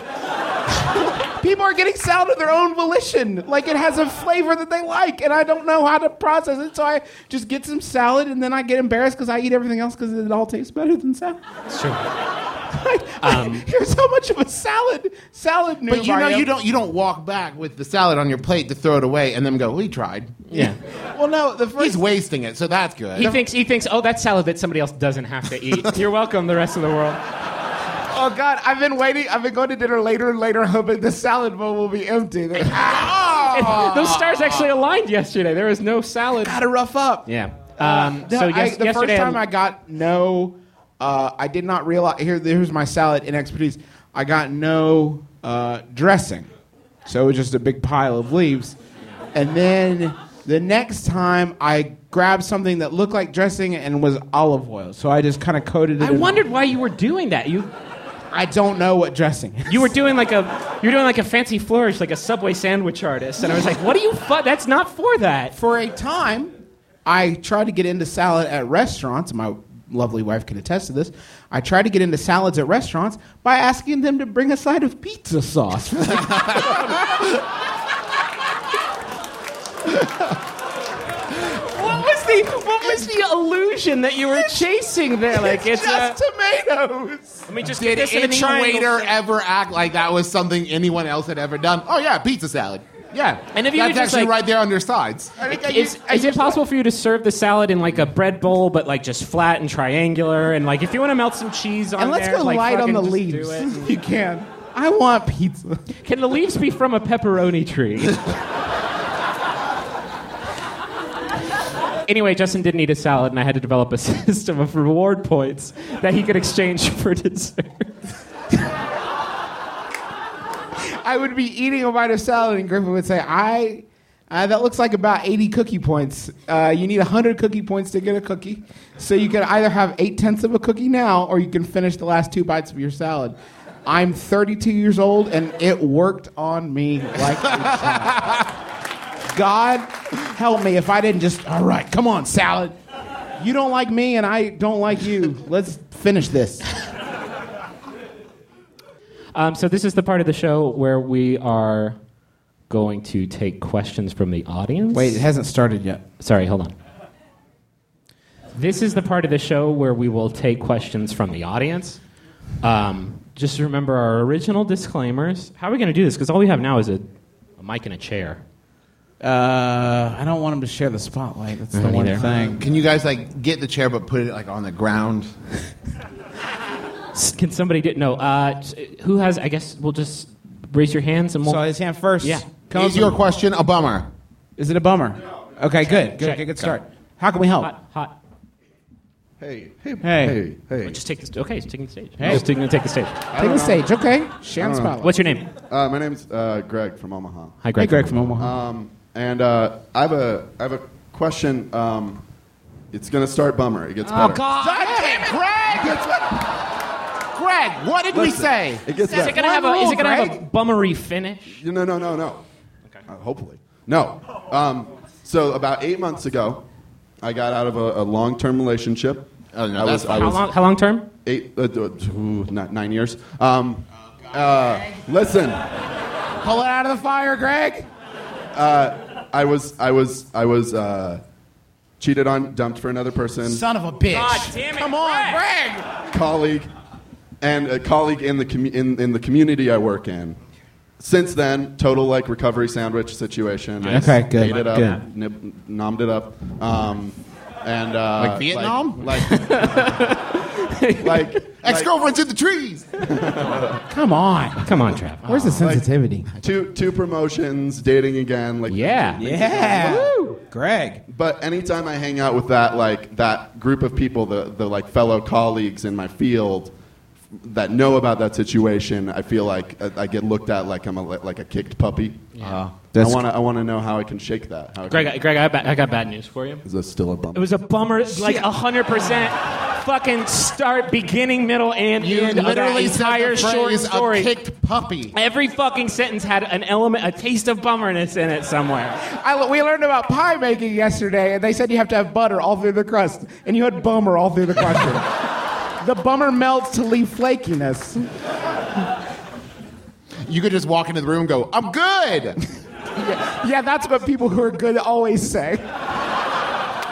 F: people are getting salad of their own volition, like it has a flavor that they like, and I don't know how to process it. So I just get some salad, and then I get embarrassed because I eat everything else because it all tastes better than salad. Here's how much of a salad salad. noob
D: But you
F: I
D: know
F: am.
D: you don't you don't walk back with the salad on your plate to throw it away and then go, "We tried."
E: Yeah.
F: Well, no, the first
D: He's wasting it, so that's good.
E: He thinks he thinks, oh, that's salad that somebody else doesn't have to eat. You're welcome, the rest of the world.
F: Oh God, I've been waiting. I've been going to dinner later and later, hoping the salad bowl will be empty. They're like, "Ah,
E: Those stars actually aligned yesterday. There was no salad.
F: gotta rough up. Uh,
E: Yeah. Um,
F: No,
E: so
F: I-
E: yes,
F: the first
E: yesterday,
F: time I got no, uh, I did not realize. Here, here's my salad in expertise. I got no uh, dressing, so it was just a big pile of leaves. And then the next time, I grabbed something that looked like dressing and was olive oil. So I just kind of coated it.
E: I
F: in-
E: wondered why you were doing that. You
F: I don't know what dressing. Is.
E: you were doing like a you were doing like a fancy flourish, like a Subway sandwich artist, and I was like, what are you? Fu- that's not for that.
F: for a time, I tried to get into salad at restaurants. My lovely wife can attest to this. I tried to get into salads at restaurants by asking them to bring a side of pizza sauce.
E: What was the what was the illusion that you were chasing there? Like it's, uh,
F: just tomatoes.
E: let me just
D: Did any waiter ever act like that was something anyone else had ever done? Oh yeah, pizza salad. Yeah,
E: And if you
D: that's
E: could just,
D: actually
E: like-
D: right there on your sides.
E: Is, is it possible for you to serve the salad in like a bread bowl, but like just flat and triangular? And like if you want to melt some cheese on
F: And let's
E: there,
F: go
E: like,
F: light on
E: fucking
F: the
E: just do
F: leaves.
E: it.
F: if you can. I want pizza.
E: Can the leaves be from a pepperoni tree? anyway, Justin didn't eat a salad, and I had to develop a system of reward points that he could exchange for dessert.
F: I would be eating a bite of salad, and Griffin would say, "I." Uh, that looks like about 80 cookie points. Uh, you need 100 cookie points to get a cookie. So you can either have eight tenths of a cookie now, or you can finish the last two bites of your salad. I'm 32 years old, and it worked on me like a charm. God help me if I didn't just, all right, come on, salad. You don't like me, and I don't like you. Let's finish this.
E: Um, so this is the part of the show where we are going to take questions from the audience.
F: Wait, it hasn't started yet.
E: Sorry, hold on. This is the part of the show where we will take questions from the audience. Um, just remember our original disclaimers. How are we going to do this? Because all we have now is a, a mic and a chair.
F: Uh, I don't want him to share the spotlight. That's the one
E: either.
F: thing.
D: Can you guys like get the chair but put it like on the ground?
E: S- Can somebody do? No. Uh, t- who has? I guess we'll just raise your hands and we'll.
F: So his hand first.
E: Yeah.
F: Comes
D: Is your question a bummer?
F: Is it a bummer? Okay, good. Good,
E: Check.
F: good, good start. How can we help?
E: hot, hot.
G: Hey, hey,
F: Hey.
G: hey.
E: Just take the. Okay, he's taking the stage. He's taking the, take the stage.
F: Take the stage. Okay. Share
G: I don't
F: the
G: know.
F: spotlight.
E: What's your name?
G: Uh, my name's uh, Greg from Omaha,
E: Hi, Greg.
F: Hey, Greg from Omaha.
G: um, and uh, I have a I have a question. Um,
D: Oh,
G: it's gonna start bummer. It gets better.
E: God.
F: Greg!
D: Greg, what did we
H: Listen,
D: say?
H: It gets
E: Is
H: better.
E: it gonna have a, is it gonna have a
D: Greg?
E: bummery finish?
H: You- No, no, no, no. Okay. hopefully. No. Um, so about eight months ago, I got out of a, a long-term relationship.
D: Oh, no,
H: I
D: that's
H: was, I
E: How
H: was
E: long? How long term?
H: eight, uh, d- ooh, not nine years. Um, uh, listen,
D: Pull it out of the fire, Greg.
H: Uh, I was, I was, I was uh, cheated on, dumped for another person,
F: Son of a bitch.
E: damn it!
F: Come on, Greg.
H: colleague, and a colleague in the commu- in, in the community I work in. Since then, total like recovery sandwich situation.
F: Okay, good,
H: Ate it up,
F: good.
H: nib- nommed it up, um, and uh,
D: Like Vietnam?
H: like like, like,
D: Ex girlfriend's in the trees.
F: Come on.
E: Come on, Trav.
F: Where's the sensitivity?
H: two two promotions, dating again. Like
E: Yeah.
F: Yeah. Greg.
H: But anytime I hang out with that like that group of people, the the like fellow colleagues in my field that know about that situation, I feel like uh, I, I get looked at like I'm a, like a kicked puppy. Uh, I
F: That's-
H: want to I want to know how I can shake that. How I
E: Greg,
H: can,
E: I- Greg, I, ba- I got bad news for you.
H: is this still a bump?
E: It was a bummer, like hundred percent. Fucking start, beginning, middle, and
D: You
E: end. of that
D: literally said
E: entire
D: the
E: short
D: phrase
E: story.
D: a kicked puppy.
E: Every fucking sentence had an element, a taste of bummerness in it somewhere.
F: I, we learned about pie making yesterday, and they said you have to have butter all through the crust, and you had bummer all through the crust. the bummer melts to leave flakiness.
D: You could just walk into the room and go, I'm good.
F: Yeah, that's what people who are good always say.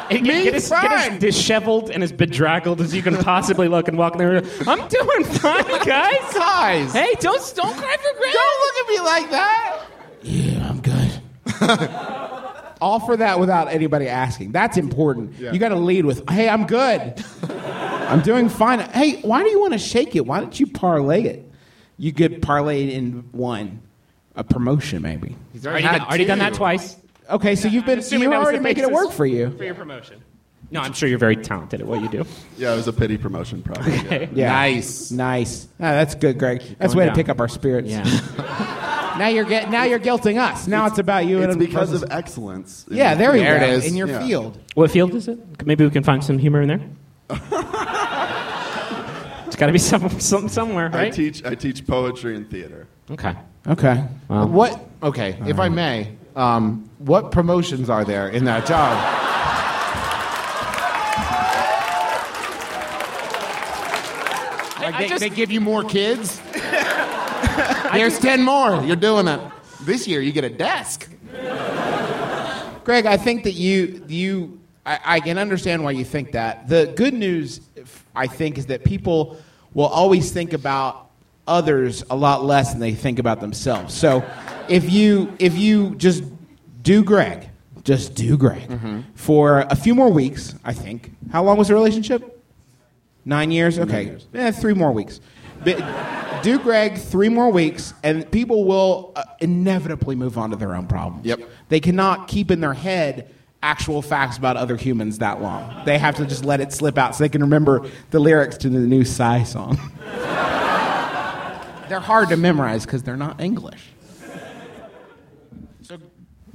E: It,
F: Me?
E: get, as, get as
F: Fine.
E: disheveled and as bedraggled as you can possibly look and walk in the room. I'm doing fine, guys.
D: Guys.
E: Hey, don't don't cry for Greg.
D: Don't look at me like that.
F: Yeah, I'm good. All for that without anybody asking. That's important. You got to lead with, "Hey, I'm good. I'm doing fine. Hey, why do you want to shake it? Why don't you parlay it? You could parlay it in one, a promotion maybe.
D: He's
E: Already, done, already done that
D: two.
E: twice.
F: Okay, so you've been
E: assuming
F: you're
E: that was
F: already
E: the
F: making it
E: basis.
F: work for you.
E: for your promotion. No, I'm sure you're very talented at what you do.
H: yeah, it was a pity promotion probably. yeah.
F: Yeah.
D: Nice.
F: Nice. Ah, that's good, Greg. That's a way
E: down.
F: to pick up our spirits. now you're get, now you're guilting us. Now it's, about you
H: It's
F: and
H: because
F: versus-
H: of excellence. in
F: Yeah,
H: the
F: there, we
D: There
F: go.
D: it is.
F: In your
H: Yeah.
F: field.
E: what field is it? Maybe we can find some humor in there. it's got to be some, some somewhere,
H: I
E: right?
H: teach I teach poetry and theater.
E: Okay.
F: Okay.
D: What? Okay, if I may, um, what promotions are there in that job? Like they,
E: I just-
D: they give you more kids. There's ten more. You're doing it this year. You get a desk.
F: Greg, I think that you you I, I can understand why you think that. The good news, if- I think, is that people will always think about others a lot less than they think about themselves. So, if you if you just do Greg, just do Greg for a few more weeks, I think. How long was the relationship? Nine years? Okay. Eh, three more weeks. But do Greg three more weeks, and people will uh, inevitably move on to their own problems.
H: Yep.
F: They cannot keep in their head actual facts about other humans that long. They have to just let it slip out so they can remember the lyrics to the new Psy song. they're hard to memorize because they're not English. So,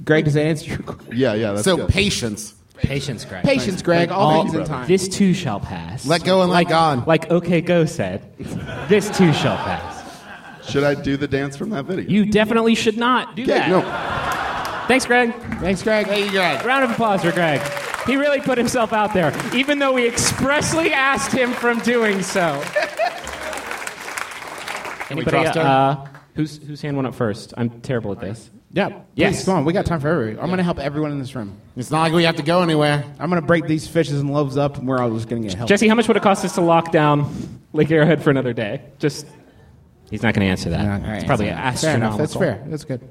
F: Greg, does that answer your question?
H: Yeah, yeah. That's
D: so
H: good.
D: patience.
E: Patience, Greg.
F: Patience, Greg. All,
E: All-
F: things in time.
E: This too shall pass.
D: Let go and let God.
E: Like OK Go said, this too shall pass.
H: Should I do the dance from that video?
E: You definitely should not do
H: Okay,
E: that.
H: no.
E: Thanks, Greg.
F: Thanks, Greg.
E: Round of applause for Greg. He really put himself out there, even though we expressly asked him from doing so. Anybody,
D: trust her?
E: uh, whose whose hand went up first? I'm terrible at this.
F: Yeah.
E: Yes.
F: Please, come on. We got time for everybody. I'm going to help everyone in this room.
D: It's not like we have to go anywhere.
F: I'm going to break these fishes and loaves up, and we're all just going to get help.
E: Jesse, how much would it cost us to lock down Lake Arrowhead for another day? Just he's not going to answer that.
F: All right.
E: it's probably
F: Fair
E: astronomical.
F: enough. That's fair. That's good.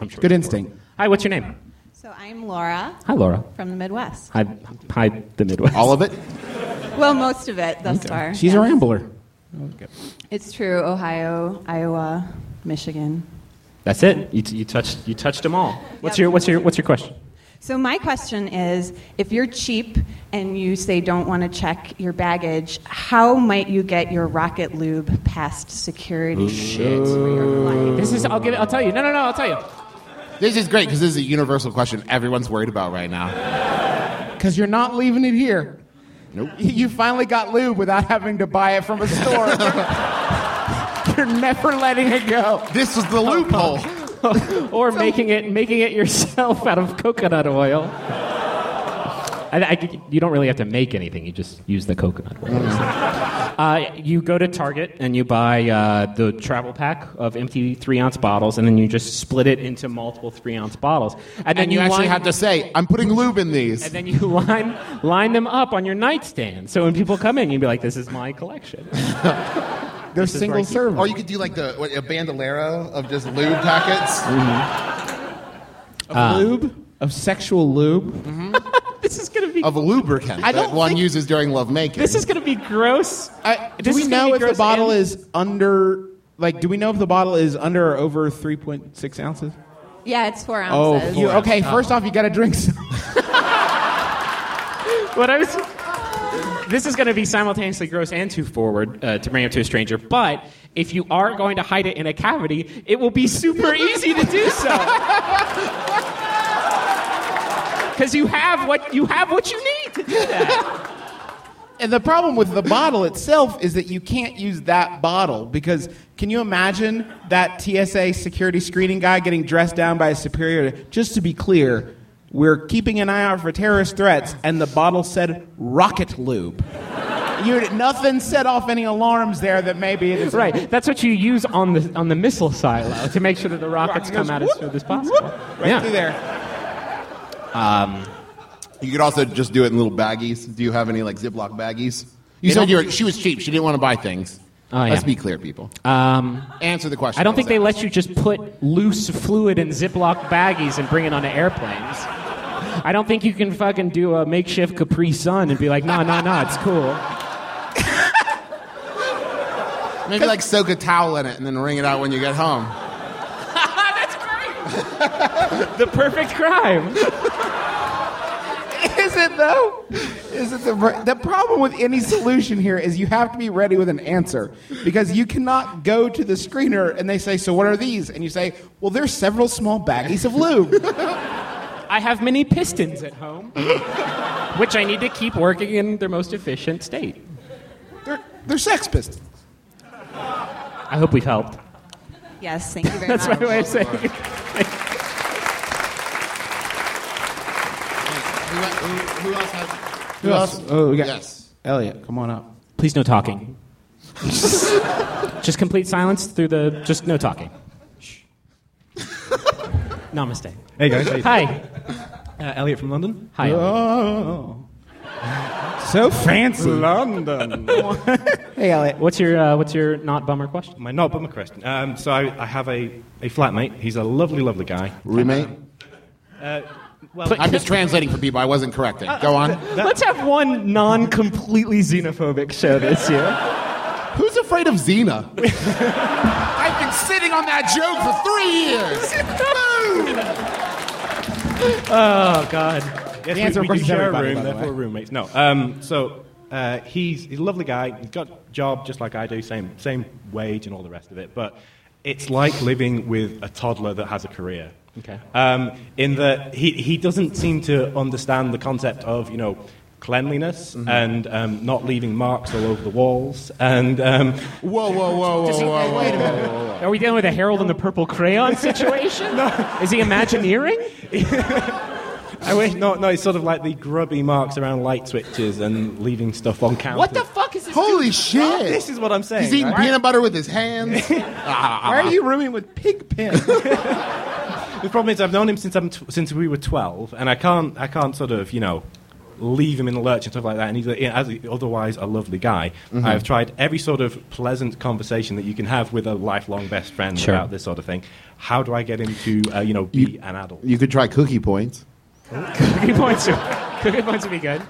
E: I'm sure
F: Good
E: it's
F: instinct.
E: Hi, what's your name?
I: So I'm Laura
E: Hi, Laura.
I: from the Midwest.
E: Hi, hi, the Midwest.
D: All of it.
I: Well, most of it thus far.
F: She's a rambler.
I: It's true. Ohio, Iowa, Michigan.
E: That's it. You, t- you touched you touched them all. What's
I: Yep.
E: your what's your what's your question?
I: So my question is, if you're cheap and you say don't want to check your baggage, how might you get your Rocket Lube past security
F: Oh,
I: shit for your client?
E: This is I'll give it, I'll tell you. No, no, no. I'll tell you.
D: This is great because this is a universal question everyone's worried about right now.
F: Because you're not leaving it here.
D: Nope.
F: You finally got lube without having to buy it from a store. You're never letting it go.
D: This is the loophole.
E: or making it making it yourself out of coconut oil. I, I- you don't really have to make anything; you just use the coconut oil.
D: Mm-hmm.
E: Uh, you go to Target and you buy uh, the travel pack of empty three ounce bottles, and then you just split it into multiple three ounce bottles. And then
D: And you actually
E: line-
D: have to say, I'm putting lube in these.
E: And then you line line them up on your nightstand, so when people come in, you'd be like, "This is my collection."
F: They're single serve.
D: Or you could do like the what, a bandolero of just lube packets.
F: lube Uh, of sexual lube.
E: this is gonna be
D: of a lubricant
F: I
D: that
F: don't
D: one
F: think-
D: uses during lovemaking.
E: this is gonna be gross.
F: I, do
E: This
F: we
E: is gonna
F: know
E: be
F: if the
E: gross
F: bottle
E: and-
F: is under? Like, do we know if the bottle is under or over three point six ounces?
I: Yeah, it's four
F: Oh,
I: ounces.
F: you, okay. First off, you got to drink some.
E: what I was. This is going to be simultaneously gross and too forward uh, to bring up to a stranger, but if you are going to hide it in a cavity, it will be super easy to do so. Because you have what you have what you need to do that.
F: And the problem with the bottle itself is that you can't use that bottle because can you imagine that TSA security screening guy getting dressed down by his superior? Just to be clear, we're keeping an eye out for terrorist threats, and the bottle said rocket lube. You, nothing set off any alarms there that maybe it is
E: Right. That's what you use on the on the missile silo to make sure that the rockets come out as smooth as possible.
F: right through there.
D: you could also just do it in little baggies. Do you have any like Ziploc baggies? You said you were, she was cheap. She didn't want to buy things.
E: Oh, yeah.
D: Let's be clear, people.
E: Um,
D: Answer the question.
E: I don't think they let you just put loose fluid in Ziploc baggies and bring it onto airplanes. I don't think you can fucking do a makeshift Capri Sun and be like, no, no, no, it's cool.
D: Maybe like soak a towel in it and then wring it out when you get home.
E: That's great. the perfect crime.
F: Is it though? Is it the the problem with any solution here is you have to be ready with an answer because you cannot go to the screener and they say, "So what are these?" and you say, "Well, there's several small baggies of lube."
E: I have many pistons at home, which I need to keep working in their most efficient state.
F: they're, they're sex pistons.
E: I hope we've helped.
I: Yes, thank you very
E: That's my
I: much.
E: way of saying it.
D: Who, who- who else has?
F: Who else? Oh, we got
D: Yes.
F: Elliot. Come on up.
E: Please, no talking. just complete silence through the. Just no talking. Namaste.
J: Hey guys, how you-
E: Hi.
J: uh, Elliot from London.
E: Hi.
F: Oh, so fancy.
J: London.
F: Hey, Elliot.
E: What's your uh, What's your not bummer question?
J: My not bummer question. Um, so I, I have a, a flatmate. He's a lovely, lovely guy.
D: Roommate.
J: Uh, Well, Uh,
D: I'm just translating for people. I wasn't correcting. Go on.
E: Let's have one non-completely xenophobic show this year.
D: Who's afraid of Xena? I've been sitting on that joke for three years. Boom!
E: Oh God.
J: yes,
F: The answer
J: we, we do
F: is
J: share a
F: everybody,
J: room,
F: by the
J: therefore
F: way.
J: we're roommates. No. Um, so uh, he's, he's a lovely guy. He's got a job just like I do, same, same wage and all the rest of it. But it's like living with a toddler that has a career.
E: Okay.
J: Um, in that he, he doesn't seem to understand the concept of, you know, cleanliness
F: Mm-hmm.
J: and um, not leaving marks all over the walls. And um,
D: Whoa, whoa, whoa, whoa, whoa, whoa.
E: Are we dealing with a Harold and the Purple Crayon situation? Is he Imagineering?
J: I wish no, no. It's sort of like the grubby marks around light switches and leaving stuff on counters.
E: What the fuck is this?
D: Holy shit!
J: This is what I'm saying.
D: He's eating
J: right?
D: peanut butter with his hands.
F: Why are you rooming with Pigpen?
J: The problem is, I've known him since I'm t- since we were twelve, and I can't I can't sort of you know leave him in the lurch and stuff like that. And he's a, as a- otherwise a lovely guy. I've tried every sort of pleasant conversation that you can have with a lifelong best friend about this sort of thing. How do I get him to uh, you know be
D: You-
J: an adult?
D: You could try cookie points.
E: Cookie points. are- Cookie points would be good.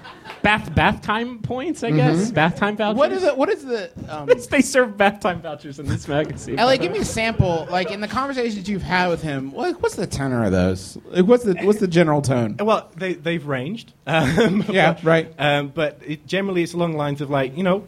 E: Bath bath time points,
J: Mm-hmm.
E: I guess. Bath time vouchers.
F: what is the? What is the? Um,
E: They serve bath time vouchers in this magazine.
F: Elliot, give me a sample. Like in the conversations you've had with him, like what's the tenor of those? Like, what's the what's the general tone?
J: Well, they, they've ranged. Um,
F: Yeah,
J: but,
F: right.
J: Um, but it, generally, it's along lines of like, you know,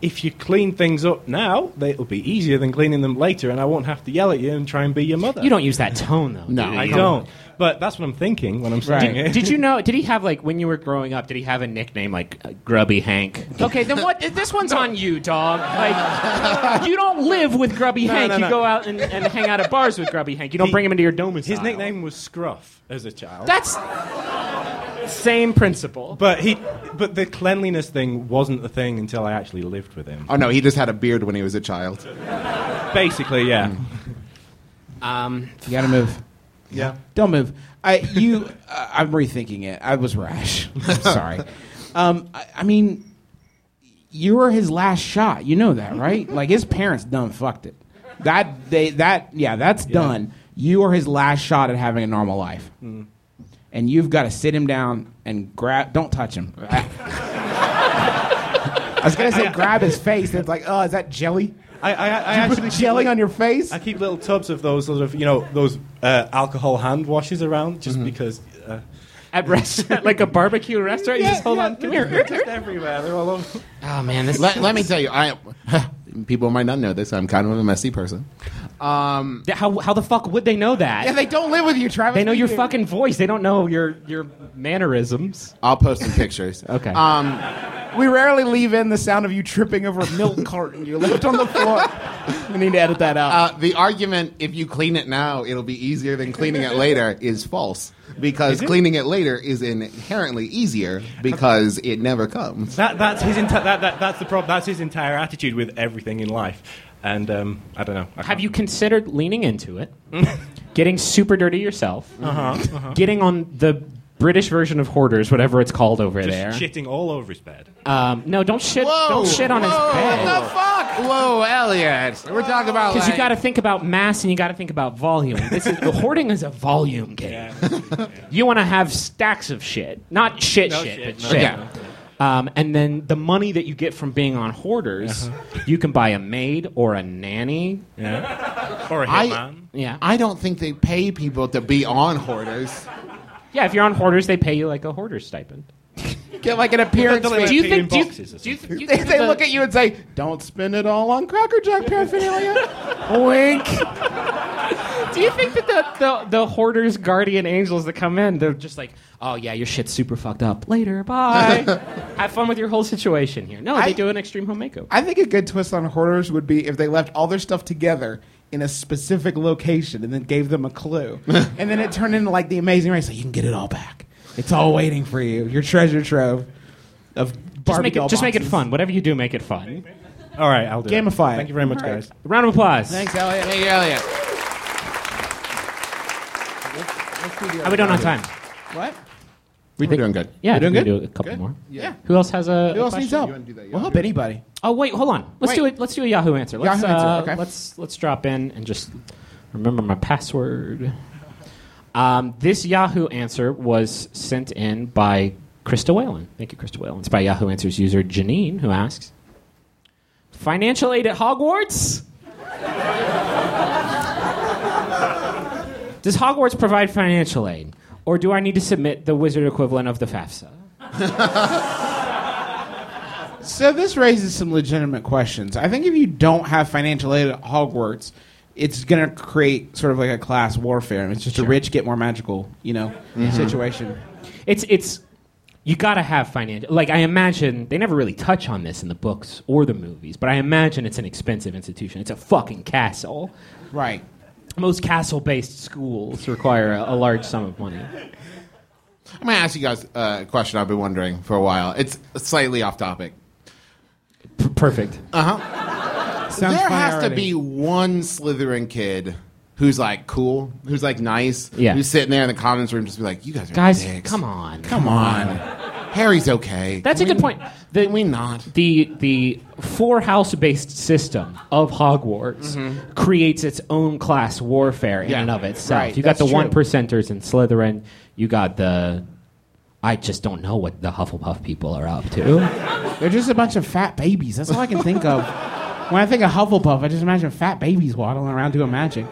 J: if you clean things up now, they- it'll be easier than cleaning them later, and I won't have to yell at you and try and be your mother.
E: You don't use that tone though.
D: No,
E: do you?
J: I
E: Come
J: don't. But that's what I'm thinking when I'm saying
E: Did,
J: it.
E: did you know? Did he have like when you were growing up? Did he have a nickname like uh, Grubby Hank? Okay, then what? This one's on you, dog. Like you don't live with Grubby
J: No,
E: Hank.
J: no,
E: You
J: no.
E: go out and, and hang out at bars with Grubby Hank. You don't
J: He-
E: bring him into your domicile.
J: His nickname was Scruff as a child.
E: That's same principle.
J: but he, but the cleanliness thing wasn't the thing until I actually lived with him.
D: Oh no, he just had a beard when he was a child.
E: Oh.
J: Basically, yeah.
E: Mm.
F: You gotta move.
J: Yeah.
F: Don't move. I you. uh, I'm rethinking it. I was rash. I'm sorry. Um, I, I mean, you were his last shot. You know that, right? like his parents done fucked it. That they that yeah, that's done. You are his last shot at having a normal life, and you've got to sit him down and grab. Don't touch him. I was gonna say grab his face. And it's like, oh, is that jelly?
J: I, I, I
F: You
J: actually
F: put
J: keep
F: jelly
J: li-
F: on your face.
J: I keep little tubs of those sort of you know those uh, alcohol hand washes around just because. Uh,
E: At rest, at like a barbecue restaurant, you just hold
J: yeah,
E: on. Come here.
J: They're just everywhere. They're all over.
E: Oh man, this
D: let, let me tell you, I people might not know this. I'm kind of a messy person. Um,
E: how how the fuck would they know that?
F: Yeah, they don't live with you, Travis.
E: they know your
F: You-
E: fucking voice. They don't know your your mannerisms.
D: I'll post some pictures.
E: Okay.
D: Um,
F: We rarely leave in the sound of you tripping over a milk carton you left on the floor. We need to edit that out.
D: uh, the argument if you clean it now, it'll be easier than cleaning it later is false because cleaning it later is inherently easier because it never comes.
J: That, that's his enti- that, that, that's the problem. That's his entire attitude with everything in life. And um, I don't know. I
E: Have
J: can't-
E: you considered leaning into it, getting super dirty yourself, getting on the British version of hoarders, whatever it's called over
J: just
E: there?
J: shitting all over his bed?
E: Um, no, don't shit. don't shit on his
D: What
E: bed.
D: the fuck? Whoa, Elliot. We're talking about
E: Because you
D: like,
E: got to think about mass and you got to think about volume. This is hoarding is a volume game. You want to have stacks of shit, not shit, shit,
J: shit,
E: but
J: no
E: shit.
D: shit.
E: Um, and then the money that you get from being on hoarders, you can buy a maid or a nanny.
J: Or a
D: I-
J: hitman?
E: Yeah,
D: I don't think they pay people to be on hoarders.
E: yeah. If you're on hoarders, they pay you like a hoarder stipend.
F: Get like an appearance.
J: Don't they
F: fee.
J: let
E: do you
J: people in
E: think- do you-
J: boxes or
E: do you
J: something?
F: They, they look at you and say, "Don't spend it all on Cracker Jack paraphernalia." Wink.
E: Do you think that the, the, the hoarders, guardian angels that come in, they're just like, oh yeah, your shit's super fucked up. Later, bye. Have fun with your whole situation here. No,
F: I-
E: they do an extreme home makeover.
F: I think a good twist on hoarders would be if they left all their stuff together in a specific location and then gave them a clue, and then it turned into like the Amazing Race. Like you can get it all back. It's all waiting for you. Your treasure trove of
E: just
F: Barbie
E: make it,
F: doll
E: just make it
F: boxes.
E: fun. Whatever you do, make it fun.
J: All right, I'll do it.
F: Gamify it.
J: Thank you very much, guys.
E: Round of applause.
F: Thanks, Elliot.
D: Hey, Elliot.
E: How we doing on time?
F: What?
D: We were doing good.
E: Yeah,
F: We're doing
E: we can
F: good?
E: Do a couple more.
F: Yeah.
E: Who else has a?
F: Who
E: a
F: else needs
E: question?
F: help?
D: do that,
F: We'll help anybody.
E: Oh wait, hold on. Let's
F: Wait.
E: do it. Let's do a Yahoo answer. Let's,
F: Yahoo
E: uh,
F: answer, okay.
E: Let's let's drop in and just remember my password. Um, this Yahoo answer was sent in by Krista Whalen. Thank you, Krista Whalen. It's by Yahoo Answers user Janine, who asks, "Financial aid at Hogwarts? Does Hogwarts provide financial aid, or do I need to submit the wizard equivalent of the FAFSA?"
F: So this raises some legitimate questions. I think if you don't have financial aid at Hogwarts, it's going to create sort of like a class warfare. It's just a rich get more magical, you know, situation.
E: It's it's you gotta have financial. Like I imagine they never really touch on this in the books or the movies, but I imagine it's an expensive institution. It's a fucking castle.
F: Right.
E: Most castle-based schools require a, a large sum of money.
D: I'm going to ask you guys uh, a question I've been wondering for a while. It's slightly off topic.
E: P- perfect.
F: Sounds
D: there
F: fun
D: has to
F: already.
D: be one Slytherin kid who's like cool, who's like nice,
E: Yeah.
D: who's sitting there in the commons room just be like, you guys are
E: Guys,
D: dicks.
E: come on.
D: Come on. Harry's okay.
E: That's a good point. The,
D: Can we not?
E: the the four house based system of Hogwarts creates its own class warfare in
D: Yeah,
E: and of itself.
D: right,
E: you got
D: that's
E: the
D: true.
E: one percenters in Slytherin. You got the I just don't know what the Hufflepuff people are up to.
F: They're just a bunch of fat babies. That's all I can think of. When I think of Hufflepuff, I just imagine fat babies waddling around doing magic.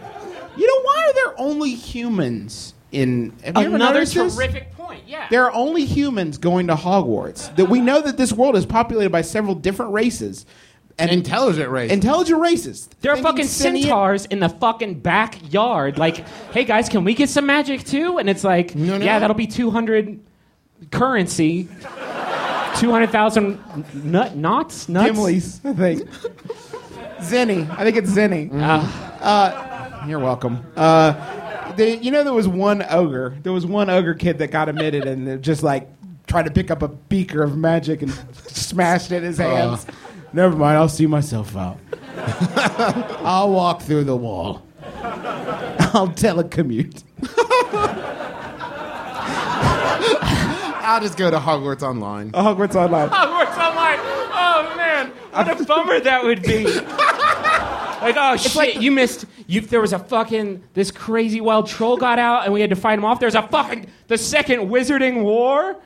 F: You know, why are there only humans in have you ever
E: Another
F: noticed this?
E: terrific point. Yeah.
F: There are only humans going to Hogwarts. That we know that this world is populated by several different races, and
D: Intelligent race.
F: intelligent racist.
E: There are
F: Thinking
E: fucking
F: sentient-
E: centaurs in the fucking backyard. Like, hey guys, can we get some magic too? And it's like,
D: no.
E: yeah, that'll be 200 currency, 200,000 nut, knots? Nuts?
F: Gimlies, I think. Zenny. I think it's Zenny. Uh, you're welcome. Uh, they, you know, there was one ogre. There was one ogre kid that got admitted and they just like tried to pick up a beaker of magic and smashed it in his hands. Never mind. I'll see myself out. I'll walk through the wall. I'll telecommute.
D: I'll just go to Hogwarts Online.
F: Hogwarts Online.
E: Hogwarts Online. Oh man, what a bummer that would be. Like oh shit, you missed. You there was a fucking this crazy wild troll got out and we had to fight him off. There's a fucking the second Wizarding War.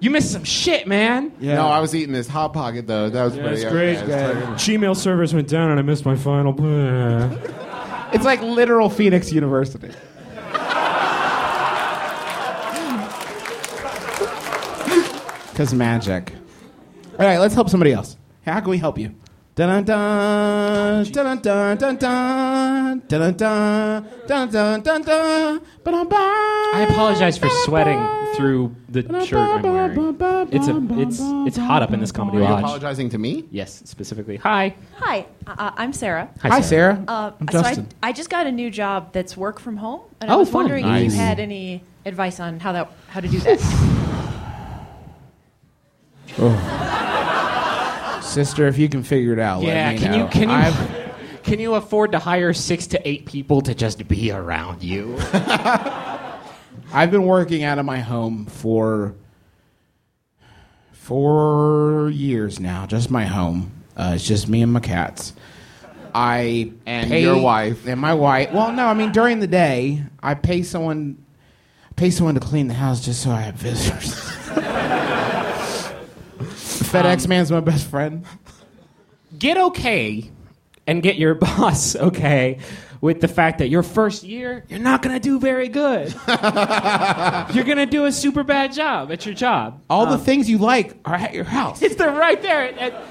E: You missed some shit, man.
F: Yeah.
D: No, I was eating this hot pocket though. That was pretty
A: it's
D: okay.
A: great,
D: It was
F: guy.
D: pretty-
A: Gmail servers went down and I missed my final.
F: It's like literal Phoenix University. Because magic. All right, let's help somebody else. How can we help you? Dun dun dun dun dun dun dun dun dun dun dun dun dun.
E: I
F: I
E: apologize for sweating through the shirt I'm wearing. It's a it's it's hot up in this comedy
D: Are you
E: lodge.
D: apologizing to me?
E: Yes, specifically. Hi.
I: Hi, uh, I'm Sarah.
F: Hi, Sarah.
I: Uh,
F: I'm
I: so I,
F: Justin.
I: I just got a new job that's work from home, and I
E: Oh,
I: was
E: fun.
I: wondering if
E: Nice.
I: you had any advice on how that how to do that.
F: Sister, if you can figure it out,
E: Yeah,
F: let me
E: can
F: know.
E: you can you
F: I've-
E: can you afford to hire six to eight people to just be around you?
F: I've been working out of my home for four years now, just my home. Uh, it's just me and my cats. I
D: And
F: pay-
D: your wife.
F: and my wife. Well, no, I mean during the day, I pay someone, pay someone to clean the house just so I have visitors. FedEx
E: Um,
F: man's my best friend.
E: get okay and get your boss okay with the fact that your first year you're not going to do very good you're going to do a super bad job at your job Uh,
F: All the things you like are at your house.
E: it's the right there at, at-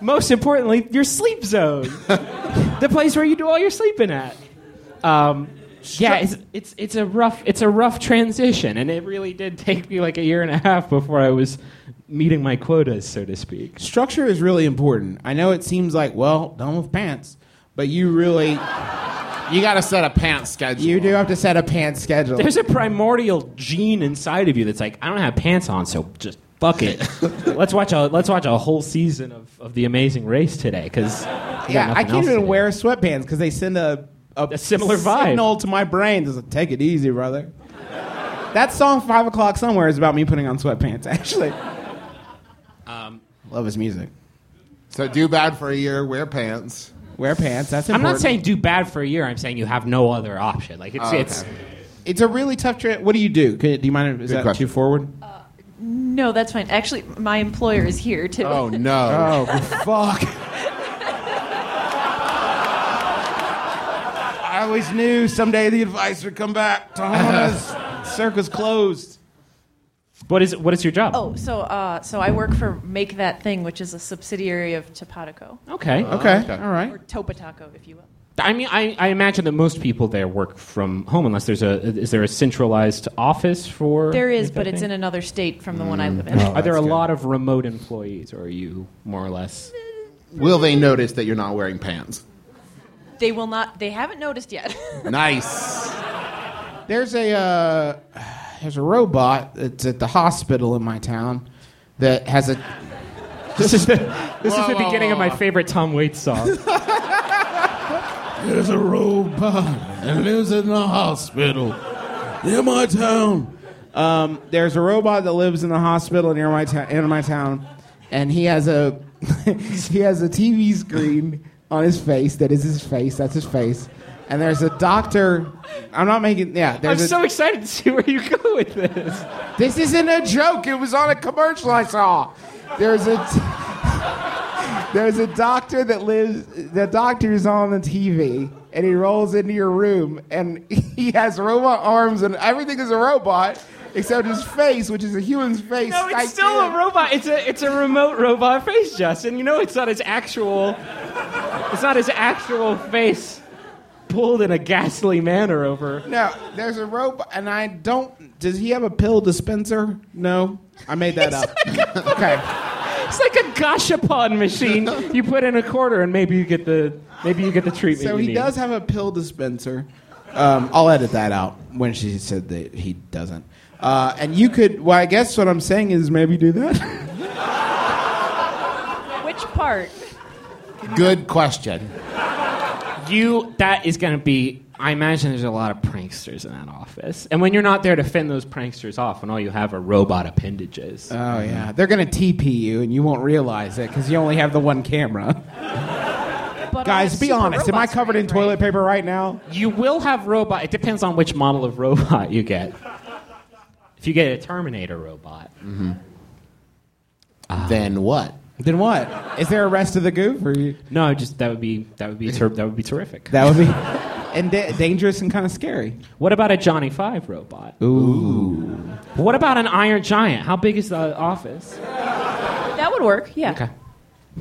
E: most importantly your sleep zone the place where you do all your sleeping at um, yeah it's, it's, it's a rough it's a rough transition and it really did take me like a year and a half before i was meeting my quotas so to speak
F: Structure is really important. I know it seems like well, done with pants, but you really.
D: You got to set a pants schedule.
F: You do have to set a pants schedule.
E: There's a primordial gene inside of you that's like, I don't have pants on, so just fuck it. let's watch a let's watch a whole season of, of the Amazing Race today, because
F: yeah, I can't even wear sweatpants because they send a, a,
E: A similar vibe.
F: signal to my brain. Just like, take it easy, brother. that song Five O'Clock Somewhere is about me putting on sweatpants, actually. Um, Love his music.
D: So do bad for a year, wear pants.
F: Wear pants. That's
E: I'm
F: important.
E: not saying do bad for a year. I'm saying you have no other option. Like
F: Oh,
E: it's it's
F: it's a really tough trip. What do you do? Could, do you mind? Is that
D: question.
F: too forward?
I: no, that's fine. Actually, my employer is here too.
D: Oh no.
F: Oh fuck! I always knew someday the advice would come back. Tohona's circus closed.
E: what is what is your job?
I: Oh, so uh, so I work for Make That Thing, which is a subsidiary of Topatico
E: Okay.
F: Oh. Okay. All right.
I: or Topataco, if you will.
E: I mean, I, I imagine that most people there work from home, unless there's a is there a centralized office for?
I: There is, but it's in another state from the one I live in.
F: Mm.
E: Are there a lot of remote employees, or are you more or less?
D: Will they notice that you're not wearing pants?
I: They will not. They haven't noticed yet.
D: Nice.
F: There's a uh, there's a robot that's at the hospital in my town that has a
E: This is the, this
D: Whoa,
E: is the
D: whoa,
E: beginning
D: whoa,
E: of my
D: whoa.
E: favorite Tom Waits song.
F: there's a robot that lives in the hospital near my town. Um, there's a robot that lives in the hospital near my town in my town, and he has a he has a TV screen on his face that is his face. That's his face. And there's a doctor. I'm not making. Yeah,
E: I'm
F: there's a,
E: so excited to see where you go with this.
F: This isn't a joke. It was on a commercial I saw. There's a there's a doctor that lives. The doctor's on the TV, and he rolls into your room, and he has robot arms, and everything is a robot except his face, which is a human's face.
E: No,
F: typed
E: it's still
F: in.
E: a robot. It's a it's a remote robot face, Justin. You know it's not his actual It's not his actual face pulled in a ghastly manner over.
F: Now, there's a robot, and I don't. Does he have a pill dispenser? No. I made that up. okay.
E: It's like a gashapon machine. You put in a quarter and maybe you get the maybe you get the treatment.
F: So
E: you
F: he
E: need.
F: does have a pill dispenser. Um, I'll edit that out when she said that he doesn't. Uh, and you could. Well, I guess what I'm saying is maybe do that.
I: Which part?
D: Good question.
E: You that is going to be. I imagine there's a lot of pranksters in that office, and when you're not there to fend those pranksters off, and all you have are robot appendages.
F: oh yeah, they're gonna TP you, and you won't realize it because you only have the one camera.
I: But
F: Guys,
I: I'm
F: be
I: super
F: honest. Am I
I: robots,
F: covered in
I: right?
F: toilet paper right now?
E: You will have robot. It depends on which model of robot you get. If you get a Terminator robot,
D: Then what?
F: Then what? Is there a rest of the goof? Or you,
E: no, just that would be that would be ter- that would be terrific.
F: that would be and da- dangerous and kind of scary.
E: What about a Johnny Five robot? Ooh. What about an Iron Giant? How big is the office?
I: That would work. Yeah.
E: Okay.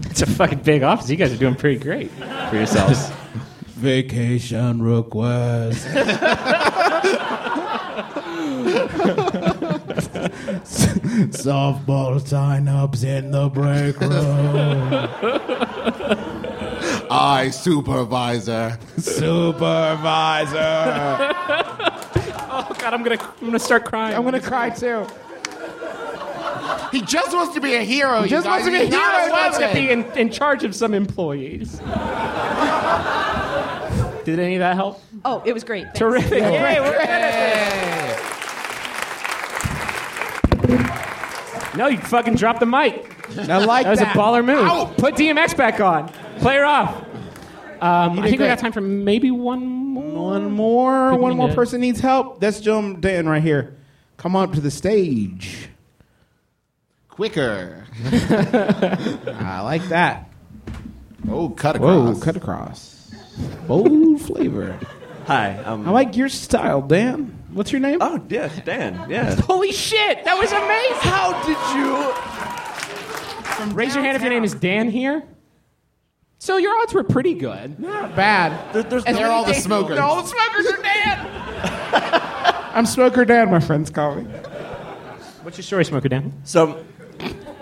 E: It's a fucking big office. You guys are doing pretty great for yourselves.
F: Vacation request. Softball sign ups in the break room.
D: I, supervisor.
F: Supervisor.
E: oh God, I'm gonna I'm gonna start crying.
F: I'm gonna cry too.
D: He just wants to be a hero. He
E: just wants to be a
D: He's not
E: hero. Wants to
D: villain.
E: be in, in charge of some employees. Did any of that help?
I: Oh, it was great. Thanks.
E: Terrific. Yay, we're finished. No, you fucking dropped the mic.
F: I like
E: That was a baller move.
D: Ow.
E: Put DMX back on. Play her off. Um, I think we
F: great.
E: got time for maybe one more.
F: One more,
E: Think we
F: one more
E: need to-
F: person needs help. That's Jim Dan right here. Come up to the stage.
D: Quicker.
F: I like that.
D: Oh, cut
F: Whoa,
D: across.
F: cut across. Bold flavor.
J: Hi. Um,
F: I like your style, Dan. What's your name?
J: Oh, yeah, Dan. Yeah.
E: Holy shit, that was amazing.
J: How did you?
E: Raise your hand if your name is Dan here. So your odds were pretty good.
F: Not bad.
J: There, there's
D: They're all the smokers.
F: the smokers are Dan. I'm smoker Dan. My friends call me.
E: What's your story, Smoker Dan?
J: So,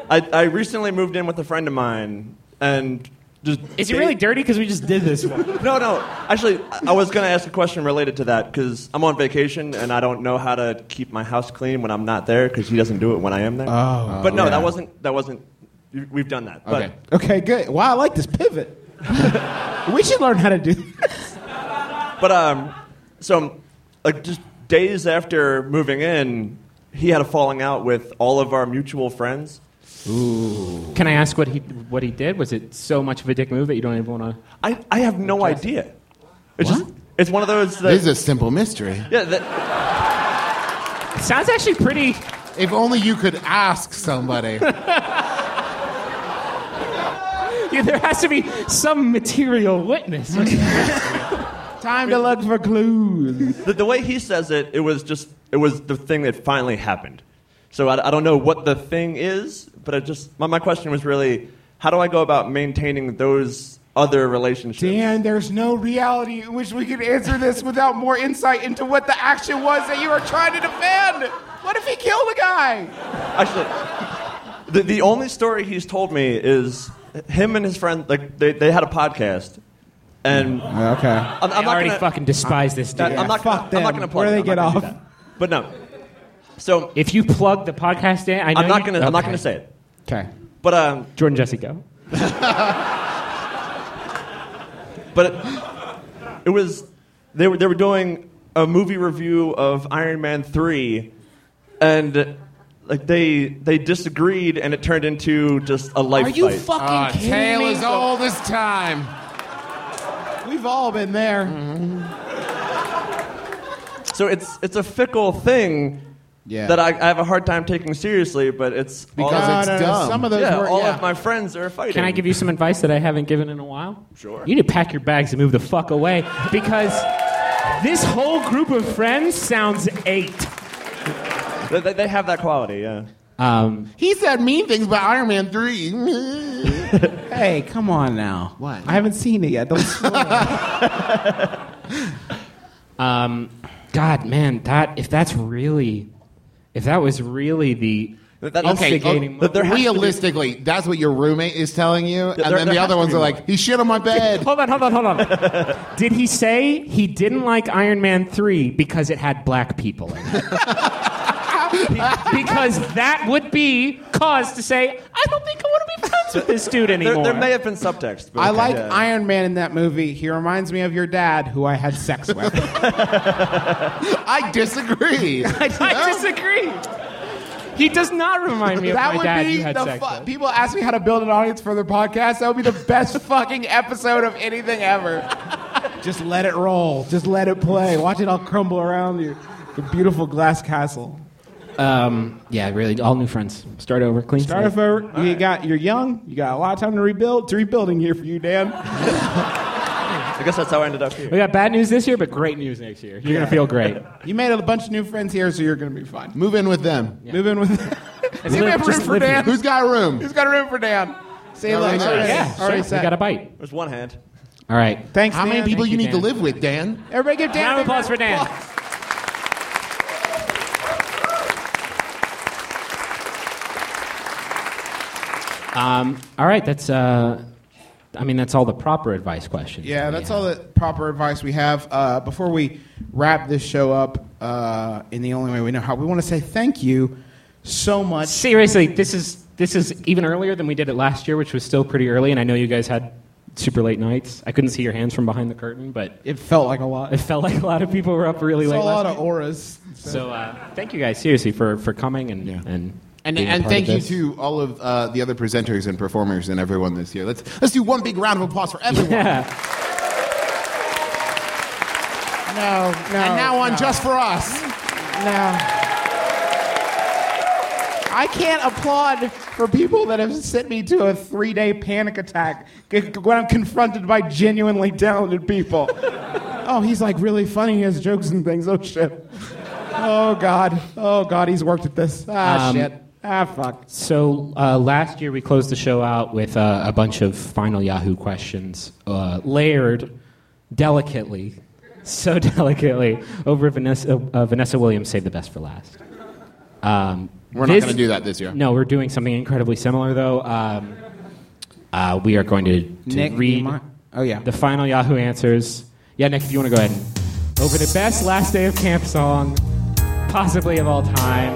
J: I, I recently moved in with a friend of mine, and just
E: Is he really dirty? Because we just did this one.
J: No, no. Actually, I- I was going to ask a question related to that because I'm on vacation and I don't know how to keep my house clean when I'm not there because he doesn't do it when I am there.
F: Oh.
J: but no, that wasn't. That wasn't. you- We've done that. But
D: Okay.
F: Okay, good. Wow, I like this pivot. we should learn how to do.
J: But um, so like just days after moving in, he had a falling out with all of our mutual friends.
E: Can I ask what he what he did? Was it so much of a dick move that you don't even want to?
J: I, I have no idea. It's just it's one of those that
D: This is a simple mystery.
J: yeah that
E: Sounds actually pretty.
D: If only you could ask somebody.
E: Yeah, there has to be some material witness.
F: Time to look for clues.
J: the, the way he says it it was just it was the thing that finally happened. So I, I don't know what the thing is, but I just my, my question was really how do I go about maintaining those other relationships?
F: Dan, there's no reality in which we could answer this without more insight into what the action was that you were trying to defend. What if he killed a guy?
J: Actually, the, the only story he's told me is him and his friend like they, they had a podcast, and I'm,
F: Okay.
J: I'm
E: I
J: not
E: already
J: gonna,
E: fucking despise this dude.
J: that- I'm not
F: fuck
J: gonna, I'm not
F: them.
J: gonna plug
F: Where do
J: it.
F: they
J: I'm not
F: get
J: gonna do
F: off?
J: that. But no, so
E: If you plug the podcast in, I know
J: I'm not
E: you-
J: gonna I'm not
E: Okay.
J: gonna say it.
F: Okay.
J: But um,
E: Jordan Jesse go.
J: but it, it was they were they were doing a movie review of Iron Man three, and like they they disagreed, and it turned into just a life
E: Are you
J: fight.
E: fucking
D: Ah,
E: kidding
D: tale
E: me?
D: as old as time.
F: We've all been there.
J: so it's it's a fickle thing.
F: Yeah.
J: That I, I have a hard time taking seriously, but it's all
D: Because
J: of,
D: it's dumb.
F: Some of those
J: yeah,
F: were
J: all
F: yeah.
J: of my friends are fighting.
E: Can I give you some advice that I haven't given in a while?
J: Sure.
E: You need to pack your bags and move the fuck away because this whole group of friends sounds eight.
J: They, they- they have that quality, yeah.
E: Um,
D: He said mean things about Iron Man 3.
F: Hey, come on now.
D: What?
F: I haven't seen it yet. Don't
E: Um, God, man, that if that's really, if that was really the instigating,
D: okay, oh, realistically, that's what your roommate is telling you, and
E: there-
D: then
E: there
D: the
E: has
D: other
E: to
D: ones
E: be
D: are
E: more.
D: like, "He shit on my bed."
E: Hold on, hold on, hold on. Did he say he didn't like Iron Man 3 because it had black people in it? Be- because that would be cause to say, I don't think I want to be friends with this dude
K: There,
E: anymore.
K: there may have been subtext. But
F: I like
K: yeah.
F: Iron Man in that movie. He reminds me of your dad, who I had sex with.
D: I disagree.
E: I disagree. He does not remind me of
F: that
E: my
F: would
E: dad
F: be
E: you had
F: the
E: sex
F: fu-
E: with.
F: people ask me how to build an audience for their podcast. That would be the best fucking episode of anything ever. Just let it roll. Just let it play. Watch it all crumble around you. The beautiful glass castle.
E: Um, yeah, really, all new friends. Start over, clean
F: Start
E: slate.
F: if over. You got you're young. You got a lot of time to rebuild. It's rebuilding here for you, Dan.
K: I guess that's how I ended up here.
E: We got bad news this year, but great news next year. You're going to feel great.
F: You made a bunch of new friends here, so you're gonna be fine.
D: Move in with them.
F: Move in with. See, we
E: live-
F: have room
E: just
F: for
E: live
F: Dan.
E: here.
D: Who's got a room?
F: Who's got room for Dan? Say hello.
D: Already said.
E: Yeah, sure.
F: already
E: We
F: said.
E: got a bite.
K: There's one hand.
E: All right.
F: Thanks,
D: How many
F: Dan.
D: people
E: Thank
D: you
E: you,
D: need to
E: Dan.
D: live with, Dan?
F: Everybody give Dan.
E: Round
F: a
E: of applause for Dan. Um, all right, that's. Uh, I mean, that's all the proper advice questions.
F: Yeah,
E: that we
F: that's
E: have.
F: all the proper advice we have. Uh, before we wrap this show up, uh, in the only way we know how, we want to say thank you so much.
E: Seriously, this is this is even earlier than we did it last year, which was still pretty early, and I know you guys had super late nights. I couldn't see your hands from behind the curtain, but
F: It felt like a lot.
E: it felt like a lot of people were up really
F: It's a
E: late.
F: lot
E: last
F: of auras.
E: night. So uh, thank you guys seriously for for coming and and
D: And,
E: being a
D: and
E: part of
D: thank you
E: this.
D: to all of uh, the other presenters and performers and everyone this year. Let's let's do one big round of applause for everyone.
E: Yeah.
F: No, no.
D: And now on
F: no,
D: Just for Us.
F: no. I can't applaud for people that have sent me to a three-day panic attack c- c- when I'm confronted by genuinely talented people. oh, he's like really funny. He has jokes and things. Oh shit. Oh god. Oh god. He's worked at this. Ah
E: Um,
F: shit. Ah fuck.
E: So uh, last year we closed the show out with uh, a bunch of final Yahoo questions, uh, layered delicately, so delicately over Vanessa. Uh, Vanessa Williams saved the best for last. Um,
D: We're not going to do that this year.
E: No, we're doing something incredibly similar though. Um, uh, we are going to, to read
F: Oh yeah.
E: the final Yahoo answers. Yeah, Nick, if you want to go ahead. and- Over the best last day of camp song, possibly of all time.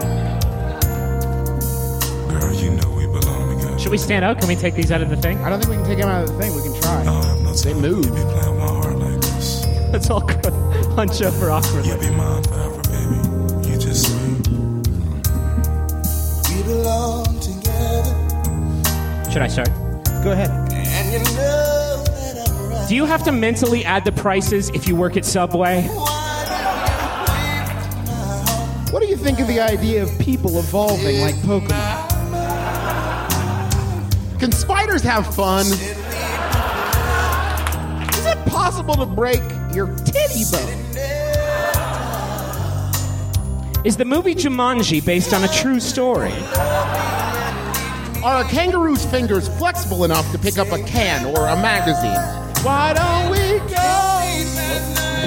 B: Girl, you know we belong together.
E: Should we stand up? Can we take these out of the thing?
F: I don't think we can take him out of the thing. We can
B: I
F: try.
B: have no time. They move. You be playing my heart like this.
E: Let's all hunch over awkwardly.
B: You be mine forever, baby. You just sweet. We belong together,
E: Should I start?
F: Go ahead.
B: and you know that I'm right.
E: Do you have to mentally add the prices if you work at Subway?
F: What do you think of the idea of people evolving like Pokemon?
D: Can spiders have fun?
F: Is it possible to break your titty bone?
E: Is the movie Jumanji based on a true story?
D: Are a kangaroo's fingers flexible enough to pick up a can or a magazine?
F: Why don't we go?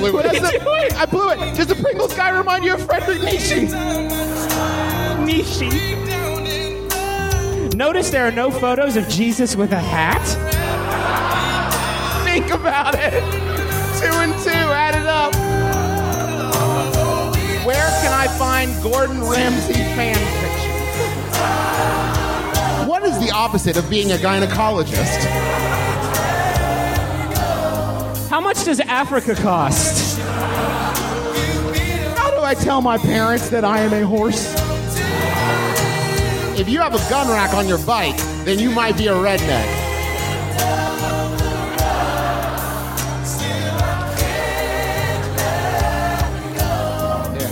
D: Blue.
F: What is it?
E: doing?
F: I blew it. Does the Pringles guy remind you of Frederick Nietzsche?
E: Nishi. Notice there are no photos of Jesus with a hat.
F: Think about it. Two and two, add it up. Where can I find Gordon Ramsay fan fiction?
D: What is the opposite of being a gynecologist?
E: How much does Africa cost?
F: How do I tell my parents that I am a horse?
D: If you have a gun rack on your bike, then you might be a redneck.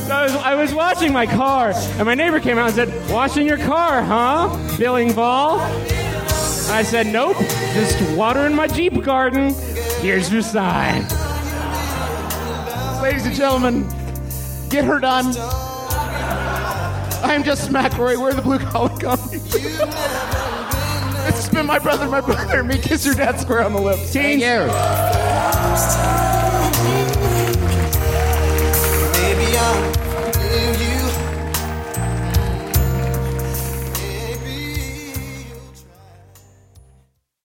E: I was, I was watching my car, and my neighbor came out and said, Washing your car, huh? Billing ball? I said, Nope, just watering my Jeep garden. Here's your sign.
F: Ladies and gentlemen, get her done. I am just McRoy. We're the blue collar company.
D: This has been my brother, my brother. Me kiss your dad square on the lips. Thank
E: Teens.
D: you.
B: Thank you.